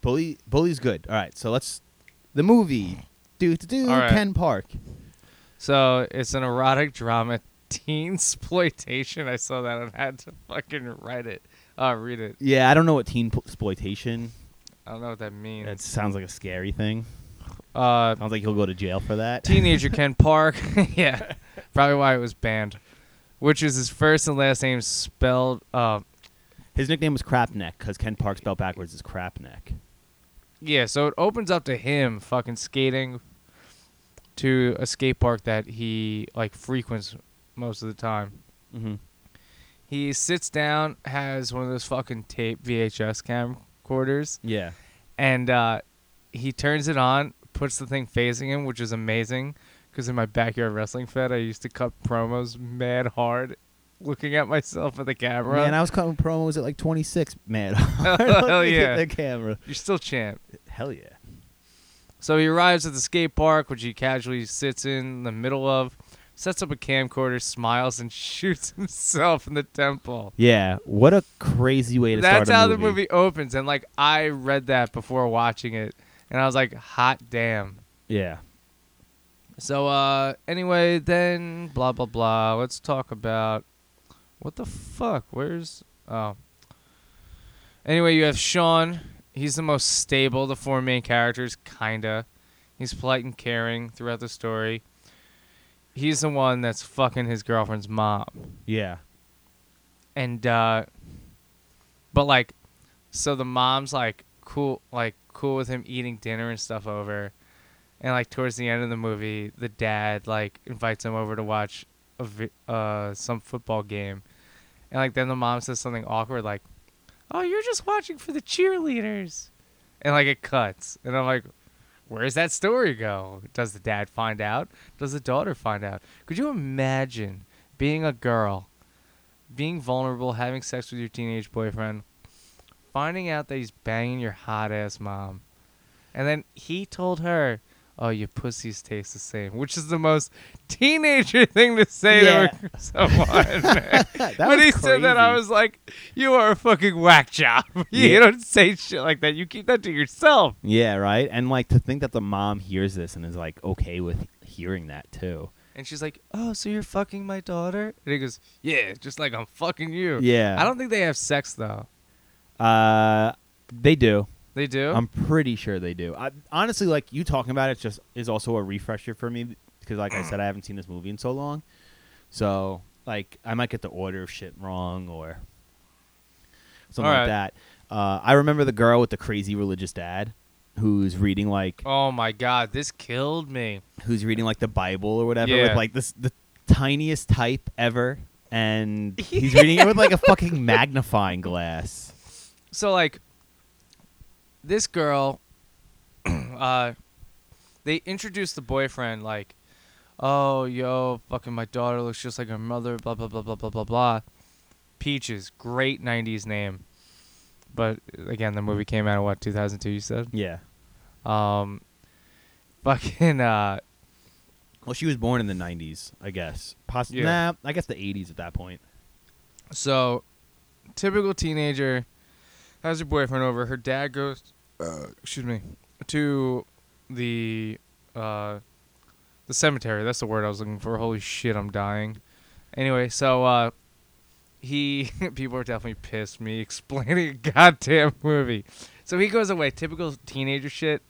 [SPEAKER 2] Bully Bully's good. All right, so let's the movie. Do to do
[SPEAKER 1] All right.
[SPEAKER 2] Ken Park.
[SPEAKER 1] So it's an erotic drama, teen exploitation. I saw that and had to fucking write it. Uh, read it.
[SPEAKER 2] Yeah, I don't know what teen pl- exploitation
[SPEAKER 1] I don't know what that means.
[SPEAKER 2] That sounds like a scary thing.
[SPEAKER 1] uh,
[SPEAKER 2] Sounds like he'll go to jail for that.
[SPEAKER 1] teenager Ken Park. yeah, probably why it was banned. Which is his first and last name spelled. Uh,
[SPEAKER 2] His nickname was Crapneck because Ken Park spelled backwards is Crapneck.
[SPEAKER 1] yeah, so it opens up to him fucking skating to a skate park that he like frequents most of the time.
[SPEAKER 2] Mm-hmm.
[SPEAKER 1] He sits down, has one of those fucking tape VHS camcorders,
[SPEAKER 2] Yeah.
[SPEAKER 1] and uh, he turns it on, puts the thing facing him, which is amazing. Because in my backyard wrestling fed, I used to cut promos mad hard, looking at myself at the camera.
[SPEAKER 2] Man, I was cutting promos at like 26, man.
[SPEAKER 1] Hell
[SPEAKER 2] Look at
[SPEAKER 1] Oh, yeah.
[SPEAKER 2] The camera.
[SPEAKER 1] You're still champ.
[SPEAKER 2] Hell yeah.
[SPEAKER 1] So he arrives at the skate park, which he casually sits in the middle of, sets up a camcorder, smiles, and shoots himself in the temple.
[SPEAKER 2] Yeah. What a crazy way to
[SPEAKER 1] That's
[SPEAKER 2] start a
[SPEAKER 1] how the movie opens, and like I read that before watching it, and I was like, "Hot damn!"
[SPEAKER 2] Yeah.
[SPEAKER 1] So uh, anyway, then blah blah blah. Let's talk about what the fuck. Where's oh? Anyway, you have Sean. He's the most stable. of The four main characters, kinda. He's polite and caring throughout the story. He's the one that's fucking his girlfriend's mom
[SPEAKER 2] Yeah.
[SPEAKER 1] and uh but like so the mom's like cool like cool with him eating dinner and stuff over and like towards the end of the movie the dad like invites him over to watch a vi- uh some football game and like then the mom says something awkward like oh you're just watching for the cheerleaders and like it cuts and i'm like where's that story go does the dad find out does the daughter find out could you imagine being a girl being vulnerable, having sex with your teenage boyfriend, finding out that he's banging your hot ass mom, and then he told her, "Oh, your pussies taste the same," which is the most teenager thing to say to a- someone.
[SPEAKER 2] That
[SPEAKER 1] when
[SPEAKER 2] was
[SPEAKER 1] he said that, I
[SPEAKER 2] crazy.
[SPEAKER 1] was like, "You are a fucking whack job. you
[SPEAKER 2] Yeah.
[SPEAKER 1] don't say shit like that. You keep that to yourself."
[SPEAKER 2] Yeah, right? And like to think that the mom hears this and is like okay with hearing that too.
[SPEAKER 1] And she's like, "Oh, so you're fucking my daughter?" And he goes, "Yeah, just like I'm fucking you."
[SPEAKER 2] Yeah.
[SPEAKER 1] I don't think they have sex though.
[SPEAKER 2] Uh they do.
[SPEAKER 1] They do.
[SPEAKER 2] I'm pretty sure they do. I, honestly, like you talking about it, just is also a refresher for me because, like I said, I haven't seen this movie in so long. So, like, I might get the order of shit wrong or something
[SPEAKER 1] Alright.
[SPEAKER 2] like that. Uh, I remember the girl with the crazy religious dad who's reading like
[SPEAKER 1] Oh my god, this killed me.
[SPEAKER 2] who's reading like the Bible or whatever
[SPEAKER 1] Yeah.
[SPEAKER 2] with like this the tiniest type ever, and he's reading it with like a fucking magnifying glass.
[SPEAKER 1] So like this girl uh they introduced the boyfriend like oh yo fucking my daughter looks just like her mother blah blah blah blah blah blah blah. Peaches, great 90s name. But again, the movie came out in what 2002 you said?
[SPEAKER 2] Yeah.
[SPEAKER 1] Um fucking uh
[SPEAKER 2] Well, she was born in the '90s, I guess. Possibly.
[SPEAKER 1] Yeah.
[SPEAKER 2] Nah, I guess the '80s at that point.
[SPEAKER 1] So, typical teenager has her boyfriend over. Her dad goes, uh, excuse me, to the uh, the cemetery. That's the word I was looking for. Holy shit, I'm dying. Anyway, so uh, he people are definitely pissed me explaining a goddamn movie. So he goes away. Typical teenager shit.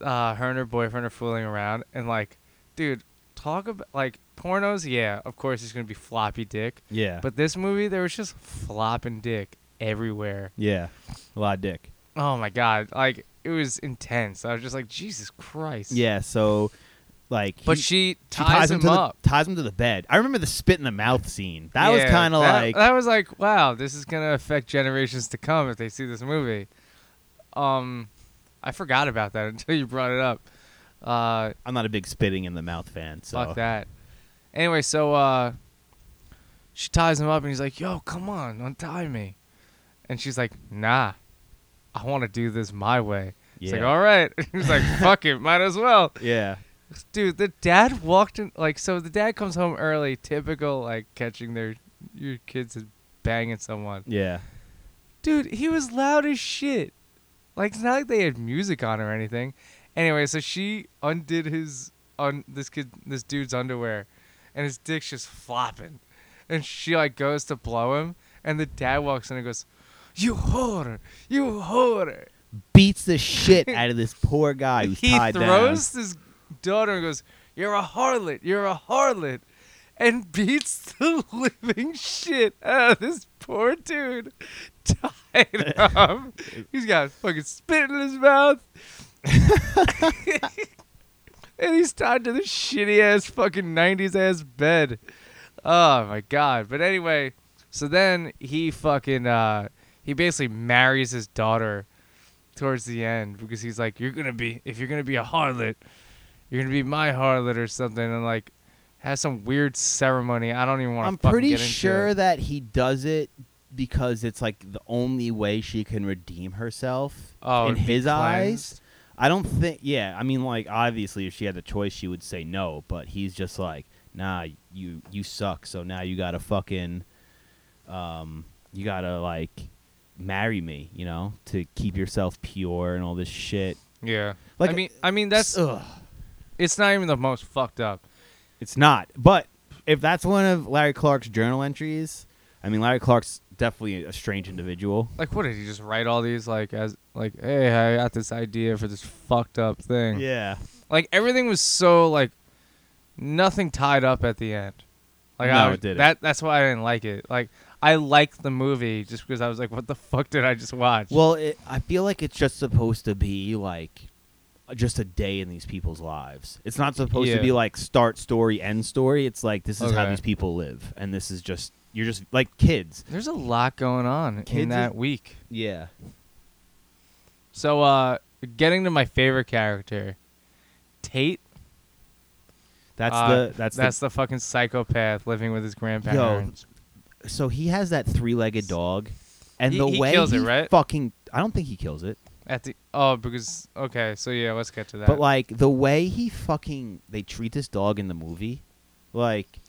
[SPEAKER 1] Uh, her and her boyfriend are fooling around, and like, dude, talk about like pornos. Yeah, of course it's gonna be floppy dick.
[SPEAKER 2] Yeah.
[SPEAKER 1] But this movie, there was just flopping dick everywhere.
[SPEAKER 2] yeah, a lot of dick.
[SPEAKER 1] Oh my god, like it was intense. I was just like, Jesus Christ.
[SPEAKER 2] Yeah. So, like,
[SPEAKER 1] But
[SPEAKER 2] he-
[SPEAKER 1] she
[SPEAKER 2] she
[SPEAKER 1] ties, him,
[SPEAKER 2] to the-
[SPEAKER 1] up.
[SPEAKER 2] ties him to the bed. I remember the spit in the mouth scene. That was
[SPEAKER 1] Yeah,
[SPEAKER 2] kind of
[SPEAKER 1] that-
[SPEAKER 2] like
[SPEAKER 1] that was like, wow, this is gonna affect generations to come if they see this movie. Um, I forgot about that until you brought it up. Uh,
[SPEAKER 2] I'm not a big spitting in the mouth fan. So
[SPEAKER 1] Fuck that. Anyway, so uh, she ties him up, and he's like, "Yo, come on, untie me," and she's like, "Nah, I want to do this my way." He's like,
[SPEAKER 2] Yeah.
[SPEAKER 1] "All right." he's like, "Fuck it, might as well."
[SPEAKER 2] Yeah.
[SPEAKER 1] Dude, the dad walked in like so. The dad comes home early, typical like catching their your kids is banging someone.
[SPEAKER 2] Yeah.
[SPEAKER 1] Dude, he was loud as shit. Like it's not like they had music on or anything. Anyway, so she undid his un this kid this dude's underwear and his dick's just flopping. And she like goes to blow him and the dad walks in and goes, You whore, you whore.
[SPEAKER 2] Beats the shit out of this poor guy who's
[SPEAKER 1] he
[SPEAKER 2] tied
[SPEAKER 1] throws his daughter and goes, You're a harlot, you're a harlot and beats the living shit out of this poor dude tied up. He's got fucking spit in his mouth. and he's tied to this shitty ass fucking 90s ass bed. Oh my god. But anyway, So then he fucking uh, he basically marries his daughter towards the end because he's like, you're gonna be if you're gonna be a harlot, you're gonna be my harlot or something, and like has some weird ceremony. I don't even want to.
[SPEAKER 2] I'm pretty sure that he does it because it's like the only way she can redeem herself
[SPEAKER 1] oh,
[SPEAKER 2] in
[SPEAKER 1] and be
[SPEAKER 2] his eyes.
[SPEAKER 1] cleansed?
[SPEAKER 2] I don't think. Yeah, I mean, like obviously, if she had the choice, she would say no. But he's just like, nah, you you suck. So now you gotta fucking, um, you gotta like marry me, you know, to keep yourself pure and all this shit.
[SPEAKER 1] Yeah.
[SPEAKER 2] Like
[SPEAKER 1] I mean, I mean that's
[SPEAKER 2] Ugh.
[SPEAKER 1] it's not even the most fucked up.
[SPEAKER 2] It's not. But if that's one of Larry Clark's journal entries, I mean, Larry Clark's definitely a strange individual.
[SPEAKER 1] Like, what did he just write all these like as like, hey, I got this idea for this fucked up thing.
[SPEAKER 2] Yeah.
[SPEAKER 1] Like everything was so like nothing tied up at the end. Like I
[SPEAKER 2] No,
[SPEAKER 1] was-
[SPEAKER 2] it didn't.
[SPEAKER 1] that that's why I didn't like it. Like I liked the movie just because I was like, what the fuck did I just watch?
[SPEAKER 2] Well, it, I feel like it's just supposed to be like just a day in these people's lives. It's not supposed
[SPEAKER 1] Yeah.
[SPEAKER 2] to be like start story, end story. It's like this is how
[SPEAKER 1] Okay.
[SPEAKER 2] these people live, and this is just you're just like kids.
[SPEAKER 1] there's a lot going on
[SPEAKER 2] Kids
[SPEAKER 1] in
[SPEAKER 2] is-
[SPEAKER 1] that week.
[SPEAKER 2] Yeah.
[SPEAKER 1] So uh getting to my favorite character, Tate.
[SPEAKER 2] That's
[SPEAKER 1] Uh,
[SPEAKER 2] the that's,
[SPEAKER 1] that's the fucking psychopath living with his grandparents.
[SPEAKER 2] the so he has that three legged dog, and
[SPEAKER 1] He-
[SPEAKER 2] the
[SPEAKER 1] he
[SPEAKER 2] way
[SPEAKER 1] kills
[SPEAKER 2] he
[SPEAKER 1] it, right?
[SPEAKER 2] fucking I don't think he kills it.
[SPEAKER 1] At the oh, because okay, so yeah, let's get to that.
[SPEAKER 2] But like the way he fucking they treat this dog in the movie, like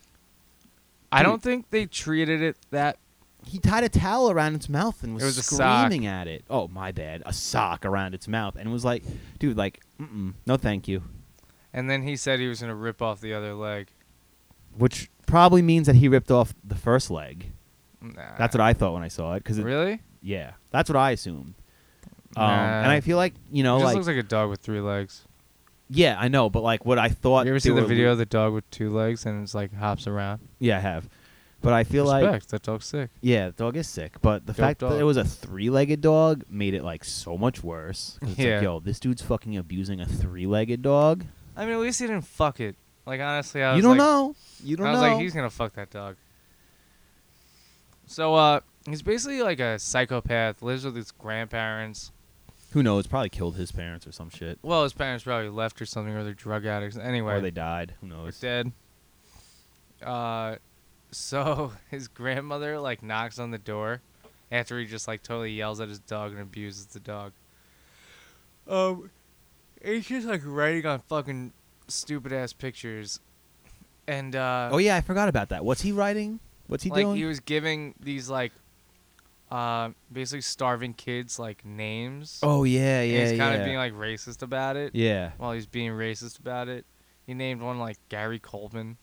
[SPEAKER 1] I don't think they treated it that.
[SPEAKER 2] he tied a towel around its mouth and was,
[SPEAKER 1] It was a sock.
[SPEAKER 2] screaming at it. Oh my bad, a sock around its mouth and was like, dude, like, mm-mm, no, thank you.
[SPEAKER 1] And then he said he was gonna rip off the other leg.
[SPEAKER 2] Which probably means that he ripped off the first leg.
[SPEAKER 1] Nah.
[SPEAKER 2] That's what I thought when I saw it. Cause it,
[SPEAKER 1] Ah. really.
[SPEAKER 2] yeah, that's what I assumed. Um,
[SPEAKER 1] Nah.
[SPEAKER 2] And I feel like you
[SPEAKER 1] It
[SPEAKER 2] know,
[SPEAKER 1] just
[SPEAKER 2] like,
[SPEAKER 1] looks Oh, like a dog with three legs.
[SPEAKER 2] yeah, I know, but like what I thought.
[SPEAKER 1] you ever
[SPEAKER 2] they
[SPEAKER 1] see the
[SPEAKER 2] were-
[SPEAKER 1] video of the dog with two legs and it's like hops around?
[SPEAKER 2] Yeah, I have. But I feel
[SPEAKER 1] Respect.
[SPEAKER 2] like
[SPEAKER 1] that dog's sick.
[SPEAKER 2] Yeah, the dog is sick, but the
[SPEAKER 1] Dope
[SPEAKER 2] fact
[SPEAKER 1] dog.
[SPEAKER 2] that it was a three-legged dog made it like so much worse. 'Cause It's
[SPEAKER 1] Yeah.
[SPEAKER 2] like, yo, this dude's fucking abusing a three-legged dog.
[SPEAKER 1] I mean, at least he didn't fuck it. Like honestly, I was
[SPEAKER 2] You don't
[SPEAKER 1] like,
[SPEAKER 2] know. You don't
[SPEAKER 1] I was
[SPEAKER 2] know.
[SPEAKER 1] like, he's gonna fuck that dog. So uh, he's basically like a psychopath. Lives with his grandparents.
[SPEAKER 2] Who knows? Probably killed his parents or some shit,
[SPEAKER 1] Well, his parents probably left or something, or they're drug addicts. Anyway,
[SPEAKER 2] or they died. Who
[SPEAKER 1] Or
[SPEAKER 2] knows?
[SPEAKER 1] dead. Uh, so his grandmother like knocks on the door after he just like totally yells at his dog and abuses the dog. Um, it's just like writing on fucking stupid ass pictures, and uh,
[SPEAKER 2] Oh yeah, I forgot about that. What's he writing? What's he
[SPEAKER 1] like
[SPEAKER 2] doing?
[SPEAKER 1] he was giving these like, uh, basically starving kids like names.
[SPEAKER 2] oh yeah,
[SPEAKER 1] and
[SPEAKER 2] yeah,
[SPEAKER 1] he's
[SPEAKER 2] yeah.
[SPEAKER 1] kind of being like racist about it
[SPEAKER 2] yeah.
[SPEAKER 1] while he's being racist about it. He named one like Gary Coleman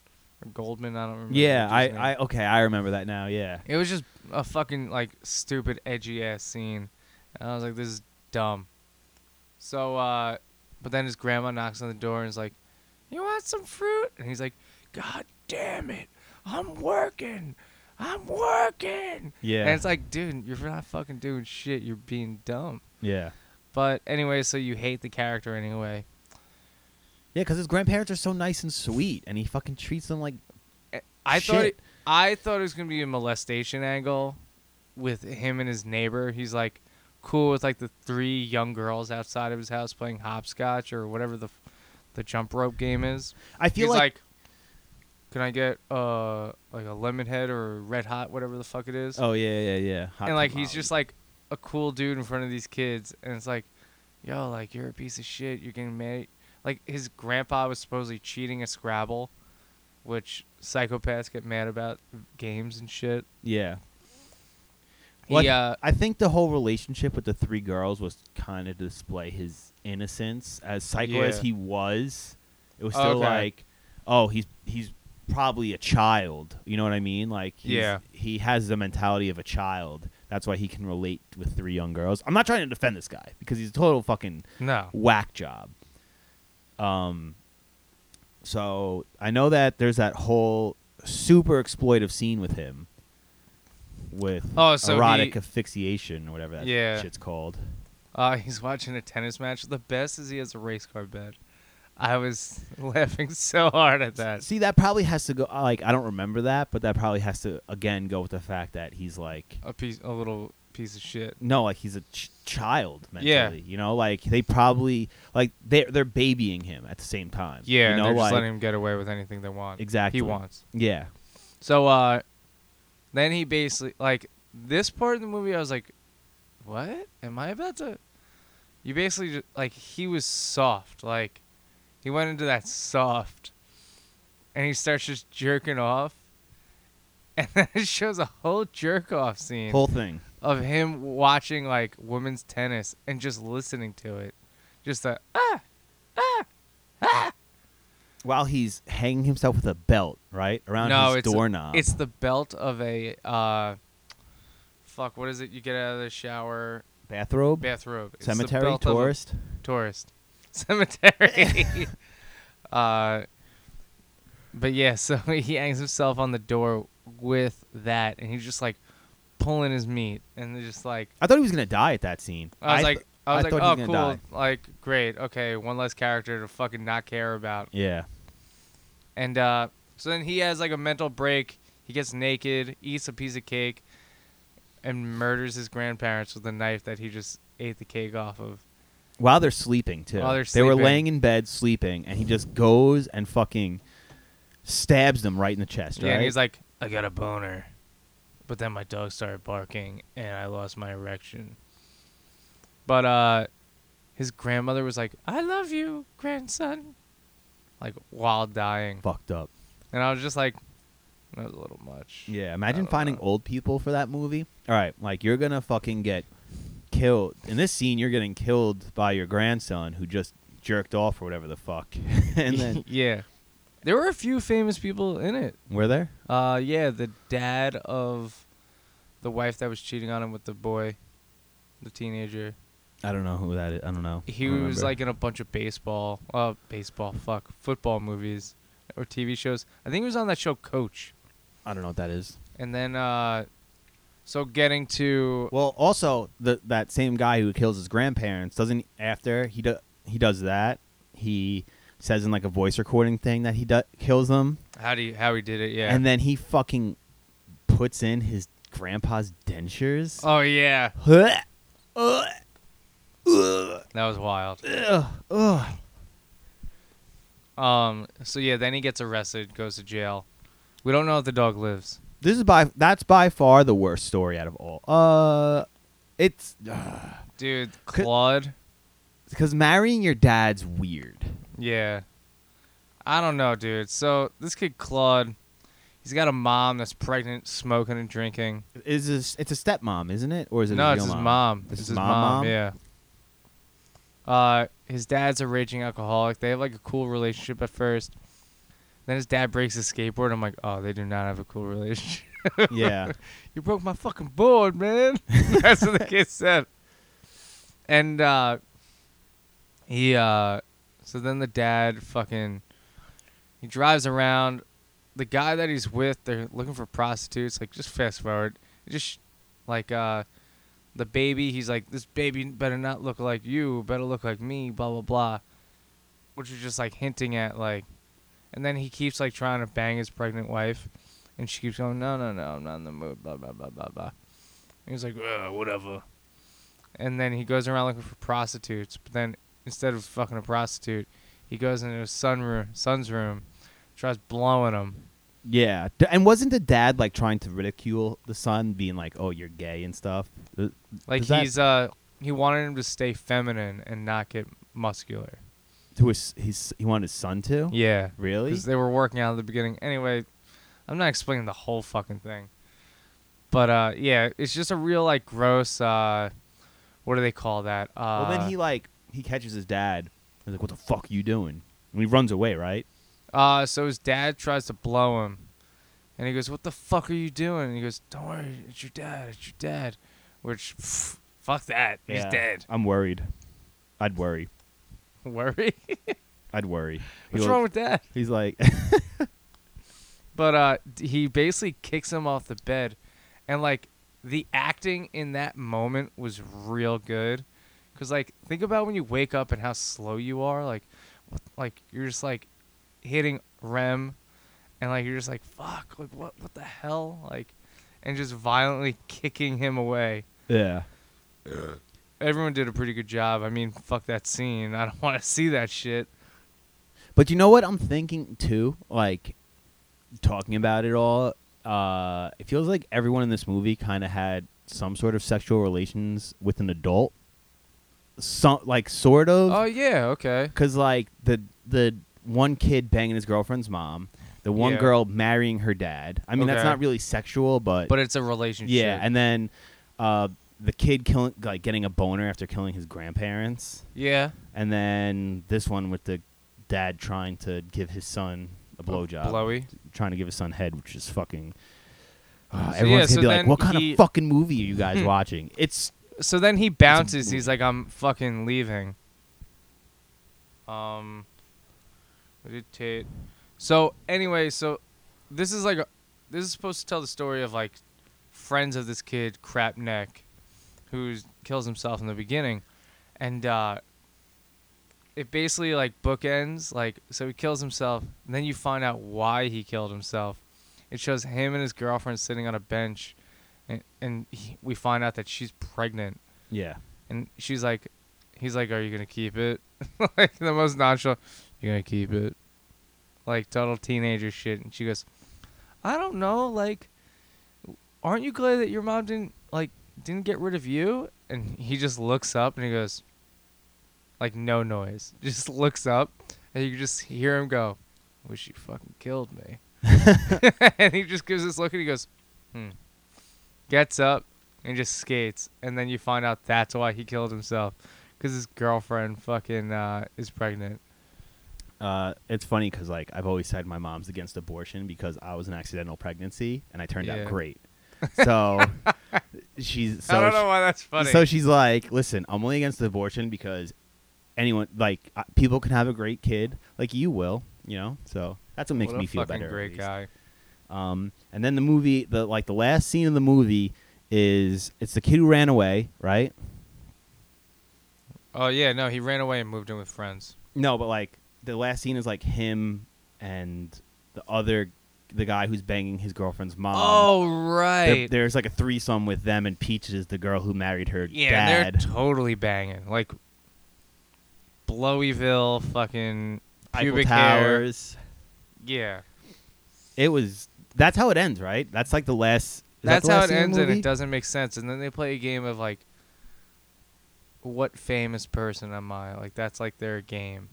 [SPEAKER 1] or Goldman. I don't remember.
[SPEAKER 2] Yeah,
[SPEAKER 1] his
[SPEAKER 2] I,
[SPEAKER 1] name.
[SPEAKER 2] I okay, I remember that now. Yeah,
[SPEAKER 1] It was just a fucking like stupid edgy ass scene, and I was like, this is dumb. So, uh, but then his grandma knocks on the door and is like, "You want some fruit?" And he's like, "God damn it, I'm working." I'm working.
[SPEAKER 2] yeah,
[SPEAKER 1] And it's like, dude, you're not fucking doing shit. You're being dumb.
[SPEAKER 2] yeah,
[SPEAKER 1] But anyway, so you hate the character anyway.
[SPEAKER 2] yeah. Because his grandparents are so nice and sweet, and he fucking treats them like
[SPEAKER 1] I thought
[SPEAKER 2] Shit.
[SPEAKER 1] it, I thought it was gonna be a molestation angle with him and his neighbor. He's like cool with like the three young girls outside of his house playing hopscotch or whatever the f- the jump rope game is.
[SPEAKER 2] I feel
[SPEAKER 1] He's
[SPEAKER 2] like,
[SPEAKER 1] like, can I get uh like a lemon head or red hot whatever the fuck it is?
[SPEAKER 2] oh yeah, yeah, yeah. Hot
[SPEAKER 1] and like he's
[SPEAKER 2] tamale.
[SPEAKER 1] just like a cool dude in front of these kids and it's like yo like you're a piece of shit you're getting mad like his grandpa was supposedly cheating at scrabble which psychopaths get mad about games and shit
[SPEAKER 2] yeah. Well,
[SPEAKER 1] he, uh,
[SPEAKER 2] I think the whole relationship with the three girls was kind of to display his innocence as psycho as
[SPEAKER 1] Yeah.
[SPEAKER 2] he was. It was
[SPEAKER 1] Oh,
[SPEAKER 2] still
[SPEAKER 1] okay.
[SPEAKER 2] like, oh, he's he's probably a child. You know what I mean? Like, he's,
[SPEAKER 1] Yeah.
[SPEAKER 2] he has the mentality of a child. That's why he can relate with three young girls. I'm not trying to defend this guy because he's a total fucking
[SPEAKER 1] no
[SPEAKER 2] whack job. Um, so I know that there's that whole super exploitive scene with him, with
[SPEAKER 1] Oh, so
[SPEAKER 2] erotic
[SPEAKER 1] he-
[SPEAKER 2] asphyxiation or whatever that
[SPEAKER 1] Yeah.
[SPEAKER 2] shit's called.
[SPEAKER 1] uh, he's watching a tennis match the best is he has a race car bed I was laughing so hard at that.
[SPEAKER 2] See, that probably has to go. uh, Like, I don't remember that, but that probably has to again go with the fact that he's like,
[SPEAKER 1] A piece, a little piece of shit.
[SPEAKER 2] no, like he's a ch- child mentally.
[SPEAKER 1] Yeah.
[SPEAKER 2] You know, like they probably like they are they're babying him at the same time.
[SPEAKER 1] Yeah,
[SPEAKER 2] You
[SPEAKER 1] and
[SPEAKER 2] know,
[SPEAKER 1] they're just
[SPEAKER 2] like
[SPEAKER 1] letting him get away with anything they want.
[SPEAKER 2] Exactly.
[SPEAKER 1] He wants.
[SPEAKER 2] yeah,
[SPEAKER 1] So uh then he basically like this part of the movie I was like what? Am I about to You basically just, like he was soft like he went into that soft and he starts just jerking off and then it shows a whole jerk off scene
[SPEAKER 2] whole thing.
[SPEAKER 1] of him watching like women's tennis and just listening to it. Just a ah
[SPEAKER 2] While he's hanging himself with a belt, right around
[SPEAKER 1] No,
[SPEAKER 2] his
[SPEAKER 1] it's-
[SPEAKER 2] doorknob.
[SPEAKER 1] It's the belt of a uh fuck, what is it you get out of the shower?
[SPEAKER 2] bathrobe,
[SPEAKER 1] Bathrobe. It's the
[SPEAKER 2] cemetery,
[SPEAKER 1] belt of a-
[SPEAKER 2] tourist.
[SPEAKER 1] tourist. Cemetery. uh but yeah, so he hangs himself on the door with that and he's just like pulling his meat and they're just like
[SPEAKER 2] I thought he was gonna die at that scene.
[SPEAKER 1] I was
[SPEAKER 2] th-
[SPEAKER 1] like I was
[SPEAKER 2] I
[SPEAKER 1] like,
[SPEAKER 2] thought he was
[SPEAKER 1] oh,
[SPEAKER 2] gonna
[SPEAKER 1] cool.
[SPEAKER 2] die.
[SPEAKER 1] Like, great. Okay, one less character to fucking not care about.
[SPEAKER 2] yeah,
[SPEAKER 1] And uh, so then he has like a mental break. He gets naked, eats a piece of cake, and murders his grandparents with a knife that he just ate the cake off of.
[SPEAKER 2] while they're sleeping too.
[SPEAKER 1] While they're
[SPEAKER 2] They were
[SPEAKER 1] sleeping.
[SPEAKER 2] laying in bed sleeping, and he just goes and fucking stabs them right in the chest.
[SPEAKER 1] Yeah,
[SPEAKER 2] right?
[SPEAKER 1] and he's like, I got a boner. But then my dog started barking and I lost my erection. But uh his grandmother was like, I love you, grandson. Like while dying.
[SPEAKER 2] fucked up.
[SPEAKER 1] And I was just like, that was a little much.
[SPEAKER 2] Yeah, imagine
[SPEAKER 1] don't
[SPEAKER 2] finding
[SPEAKER 1] know.
[SPEAKER 2] old people for that movie. All right, like you're gonna fucking get killed in this scene. You're getting killed by your grandson who just jerked off or whatever the fuck. and then
[SPEAKER 1] yeah. There were a few famous people in it.
[SPEAKER 2] we're there.
[SPEAKER 1] Uh, yeah, the dad of the wife that was cheating on him with the boy, the teenager.
[SPEAKER 2] I don't know who that is. I don't know.
[SPEAKER 1] He
[SPEAKER 2] I don't
[SPEAKER 1] was
[SPEAKER 2] remember.
[SPEAKER 1] like in a bunch of baseball, uh, baseball, fuck, football movies or TV shows. I think he was on that show Coach.
[SPEAKER 2] I don't know what that is.
[SPEAKER 1] And then, uh, so getting to
[SPEAKER 2] Well, also the that same guy who kills his grandparents doesn't after he do, he does that he says in like a voice recording thing that he do, kills them,
[SPEAKER 1] how do you, how he did it, yeah.
[SPEAKER 2] and then he fucking puts in his grandpa's dentures.
[SPEAKER 1] oh yeah,
[SPEAKER 2] Ugh. Ugh. Ugh.
[SPEAKER 1] that was wild.
[SPEAKER 2] Ugh. Ugh.
[SPEAKER 1] Um, so yeah, then he gets arrested, goes to jail. We don't know if the dog lives.
[SPEAKER 2] This is by that's by far the worst story out of all. Uh, it's
[SPEAKER 1] Dude,
[SPEAKER 2] Could-
[SPEAKER 1] Claude.
[SPEAKER 2] because marrying your dad's weird.
[SPEAKER 1] Yeah. I don't know, dude. So this kid Claude, he's got a mom that's pregnant, smoking and drinking.
[SPEAKER 2] Is this? It's a stepmom, isn't it? Or is it?
[SPEAKER 1] no,
[SPEAKER 2] a
[SPEAKER 1] it's his
[SPEAKER 2] real mom?
[SPEAKER 1] mom.
[SPEAKER 2] This
[SPEAKER 1] It's
[SPEAKER 2] is
[SPEAKER 1] his
[SPEAKER 2] mom, mom?
[SPEAKER 1] Yeah. Uh, his dad's a raging alcoholic. They have like a cool relationship at first. Then his dad breaks his skateboard. I'm like, oh, they do not have a cool relationship.
[SPEAKER 2] yeah.
[SPEAKER 1] You broke my fucking board, man. That's what the kid said. And uh he uh so then the dad fucking he drives around the guy that he's with, they're looking for prostitutes, like just fast forward. Just like uh the baby, he's like, This baby better not look like you, better look like me, blah blah blah. Which is just like hinting at like and then he keeps like trying to bang his pregnant wife and she keeps going, no, no, no, I'm not in the mood, blah, blah, blah, blah, blah. And he's like, Ugh, whatever. And then he goes around looking for prostitutes. But then instead of fucking a prostitute, he goes into his son room, son's room, tries blowing him.
[SPEAKER 2] Yeah, D- and wasn't the dad like trying to ridicule the son, being like, "Oh, you're gay and stuff"? Uh,
[SPEAKER 1] Like
[SPEAKER 2] Is that-
[SPEAKER 1] he's uh he wanted him to stay feminine and not get muscular.
[SPEAKER 2] To his, his he wanted his son to.
[SPEAKER 1] Yeah.
[SPEAKER 2] Oh. Really?
[SPEAKER 1] Because they were working out at the beginning. Anyway, I'm not explaining the whole fucking thing. But uh yeah, it's just a real like gross uh what do they call that? Uh
[SPEAKER 2] well, then he like he catches his dad. He's like, "What the fuck you doing?" And he runs away, right?
[SPEAKER 1] Uh, so his dad tries to blow him, and he goes, "What the fuck are you doing?" And he goes, "Don't worry, it's your dad. It's your dad." Which, pff, fuck that. He's
[SPEAKER 2] Yeah.
[SPEAKER 1] dead.
[SPEAKER 2] I'm worried. I'd worry.
[SPEAKER 1] Worry.
[SPEAKER 2] I'd worry.
[SPEAKER 1] What's
[SPEAKER 2] He'll-
[SPEAKER 1] wrong with that?
[SPEAKER 2] He's like,
[SPEAKER 1] But uh, d- he basically kicks him off the bed, and like the acting in that moment was real good, cause like think about when you wake up and how slow you are. Like, like you're just like hitting rem and like you're just like fuck like what what the hell like and just violently kicking him away
[SPEAKER 2] Yeah.
[SPEAKER 1] everyone did a pretty good job i mean fuck that scene i don't want to see that shit
[SPEAKER 2] But you know what I'm thinking too? Like talking about it all, uh, it feels like everyone in this movie kind of had some sort of sexual relations with an adult. Some like sort of.
[SPEAKER 1] oh yeah okay
[SPEAKER 2] Cause like the the one kid banging his girlfriend's mom, the one
[SPEAKER 1] Yeah.
[SPEAKER 2] girl marrying her dad. I mean, that's
[SPEAKER 1] Okay.
[SPEAKER 2] not really sexual, but,
[SPEAKER 1] but it's a relationship
[SPEAKER 2] yeah. And then uh, the kid killing like getting a boner after killing his grandparents,
[SPEAKER 1] yeah
[SPEAKER 2] and then this one with the dad trying to give his son a blowjob,
[SPEAKER 1] blowy
[SPEAKER 2] trying to give his son head, which is fucking. Ah,
[SPEAKER 1] Uh, So,
[SPEAKER 2] everyone's
[SPEAKER 1] yeah, so
[SPEAKER 2] gonna be like,
[SPEAKER 1] then
[SPEAKER 2] "What kind
[SPEAKER 1] he- Hmm.
[SPEAKER 2] of fucking movie are you guys watching?" It's
[SPEAKER 1] so then he bounces he's like i'm fucking leaving um what did Tate- so anyway so this is like a, this is supposed to tell the story of like friends of this kid crap neck who kills himself in the beginning and uh it basically like bookends like so he kills himself and then you find out why he killed himself it shows him and his girlfriend sitting on a bench and, and he, we find out that she's pregnant
[SPEAKER 2] yeah,
[SPEAKER 1] and she's like he's like are you gonna keep it like the most nonchalant you're gonna keep it like total teenager shit and she goes i don't know like aren't you glad that your mom didn't like didn't get rid of you and he just looks up and he goes like no noise just looks up and you can just hear him go wish you fucking killed me and he just gives this look and he goes hmm gets up and just skates, and then you find out that's why he killed himself, because his girlfriend fucking uh, is pregnant.
[SPEAKER 2] Uh, it's funny because like I've always said my mom's against abortion because I was an accidental pregnancy and I turned
[SPEAKER 1] Yeah.
[SPEAKER 2] out great. So she's so
[SPEAKER 1] I don't
[SPEAKER 2] she-
[SPEAKER 1] know why that's funny.
[SPEAKER 2] so she's like, listen, I'm only against abortion because anyone like uh, people can have a great kid, like you will, you know. So that's what makes
[SPEAKER 1] what a
[SPEAKER 2] me feel
[SPEAKER 1] fucking
[SPEAKER 2] better. at
[SPEAKER 1] Great
[SPEAKER 2] least.
[SPEAKER 1] guy.
[SPEAKER 2] Um, and then the movie, the like the last scene of the movie is it's the kid who ran away, right?
[SPEAKER 1] Oh yeah, no, he ran away and moved in with friends.
[SPEAKER 2] No, but like the last scene is like him and the other the guy who's banging his girlfriend's mom. There-
[SPEAKER 1] Oh, right.
[SPEAKER 2] there's like a threesome with them and Peaches is the girl who married her
[SPEAKER 1] yeah,
[SPEAKER 2] dad.
[SPEAKER 1] they're totally banging like Blowyville, fucking
[SPEAKER 2] Eiffel
[SPEAKER 1] pubic hair.
[SPEAKER 2] Towers.
[SPEAKER 1] Yeah,
[SPEAKER 2] It was that's how it ends, right? That's like the last. Is that
[SPEAKER 1] that's
[SPEAKER 2] the
[SPEAKER 1] how it
[SPEAKER 2] last scene of the
[SPEAKER 1] ends, and
[SPEAKER 2] movie?
[SPEAKER 1] it doesn't make sense. And then they play a game of like, what famous person am I? Like that's like their game.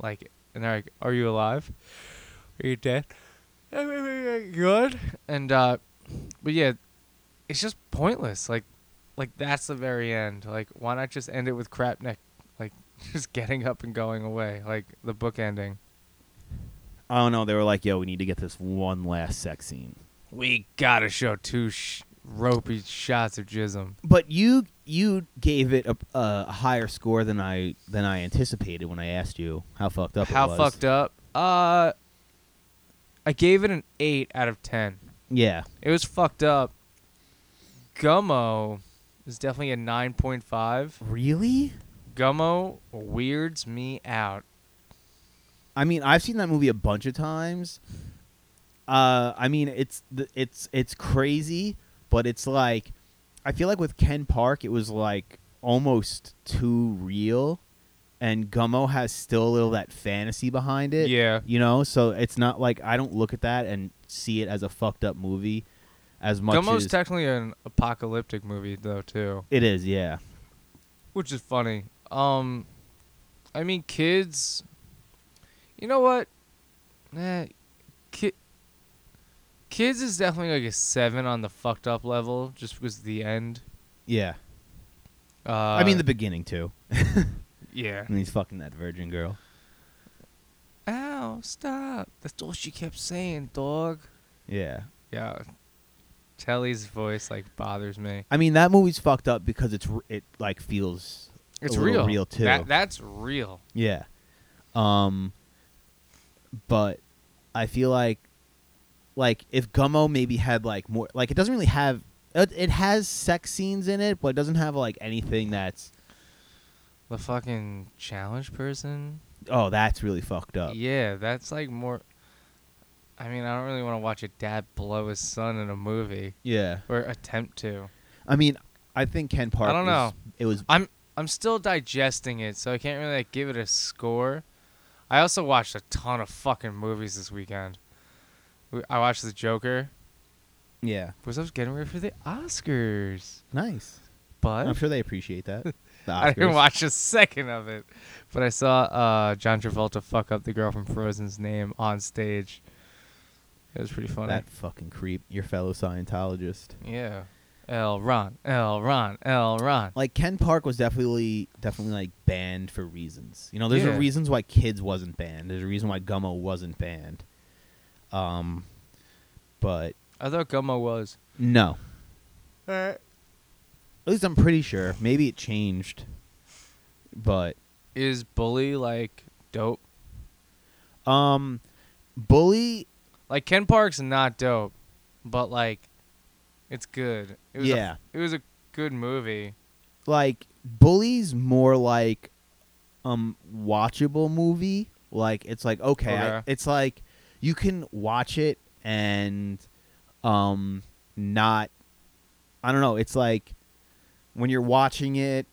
[SPEAKER 1] Like, and they're like, "Are you alive? Are you dead? Good." And uh, but yeah, it's just pointless. Like, like that's the very end. Like, why not just end it with crap neck? Like, just getting up and going away. Like the book ending.
[SPEAKER 2] I don't know. Oh, They were like, "Yo, we need to get this one last sex scene."
[SPEAKER 1] We gotta show two sh- ropey shots of jism.
[SPEAKER 2] But you you gave it a, a higher score than I than I anticipated when I asked you how fucked up.
[SPEAKER 1] How
[SPEAKER 2] it was.
[SPEAKER 1] fucked up? Uh, I gave it an eight out of ten.
[SPEAKER 2] Yeah,
[SPEAKER 1] It was fucked up. Gummo is definitely a nine point five.
[SPEAKER 2] really?
[SPEAKER 1] Gummo weirds me out.
[SPEAKER 2] I mean, I've seen that movie a bunch of times. Uh, I mean, it's th- it's it's crazy, but it's like, I feel like with Ken Park, it was like almost too real, and Gummo has still a little that fantasy behind it.
[SPEAKER 1] yeah,
[SPEAKER 2] you know, so it's not like I don't look at that and see it as a fucked up movie, as much
[SPEAKER 1] Gummo's
[SPEAKER 2] as
[SPEAKER 1] technically an apocalyptic movie though too,
[SPEAKER 2] it is. Yeah,
[SPEAKER 1] which is funny. Um, I mean, kids. You know what? Eh, ki- kids is definitely like a seven on the fucked up level, just because of the end.
[SPEAKER 2] yeah.
[SPEAKER 1] Uh,
[SPEAKER 2] I mean, the beginning too.
[SPEAKER 1] yeah.
[SPEAKER 2] And he's fucking that virgin girl.
[SPEAKER 1] Ow! Stop! That's all she kept saying, dog.
[SPEAKER 2] Yeah.
[SPEAKER 1] Yeah, Telly's voice like bothers me.
[SPEAKER 2] I mean, that movie's fucked up because it's r- it like feels
[SPEAKER 1] It's
[SPEAKER 2] little
[SPEAKER 1] real.
[SPEAKER 2] real, too.
[SPEAKER 1] That that's real.
[SPEAKER 2] yeah. Um. But I feel like like if Gummo maybe had like more like it doesn't really have it, it has sex scenes in it, but it doesn't have like anything that's
[SPEAKER 1] The fucking challenge person.
[SPEAKER 2] oh, that's really fucked up.
[SPEAKER 1] Yeah, that's like more. I mean, I don't really want to watch a dad blow his son in a movie
[SPEAKER 2] Yeah.
[SPEAKER 1] or attempt to.
[SPEAKER 2] I mean, I think Ken Park.
[SPEAKER 1] I don't
[SPEAKER 2] was- It was
[SPEAKER 1] I'm still digesting it, so I can't really like, give it a score. I also watched a ton of fucking movies this weekend. We- I watched The Joker
[SPEAKER 2] yeah,
[SPEAKER 1] because I was getting ready for the Oscars,
[SPEAKER 2] nice. I'm
[SPEAKER 1] but
[SPEAKER 2] sure they appreciate that. The
[SPEAKER 1] I didn't
[SPEAKER 2] Oscars.
[SPEAKER 1] watch a second of it. But I saw uh, John Travolta fuck up the girl from Frozen's name on stage. It was pretty funny.
[SPEAKER 2] that fucking creep, your fellow Scientologist.
[SPEAKER 1] Yeah. L Ron, L Ron, L Ron.
[SPEAKER 2] Like Ken Park was definitely definitely like banned for reasons. You know, there's
[SPEAKER 1] Yeah.
[SPEAKER 2] a reasons why Kids wasn't banned. There's a reason why Gummo wasn't banned. Um, but
[SPEAKER 1] I thought Gummo was. eh,
[SPEAKER 2] no, at least I'm pretty sure. Maybe it changed, but
[SPEAKER 1] Is Bully like dope?
[SPEAKER 2] um, bully.
[SPEAKER 1] Like Ken Park's not dope, but like it's good. It was
[SPEAKER 2] Yeah,
[SPEAKER 1] A, it was a good movie.
[SPEAKER 2] like bully's more like um watchable movie like it's like okay, I-
[SPEAKER 1] Okay.
[SPEAKER 2] it's like you can watch it and um not i don't know it's like when you're watching it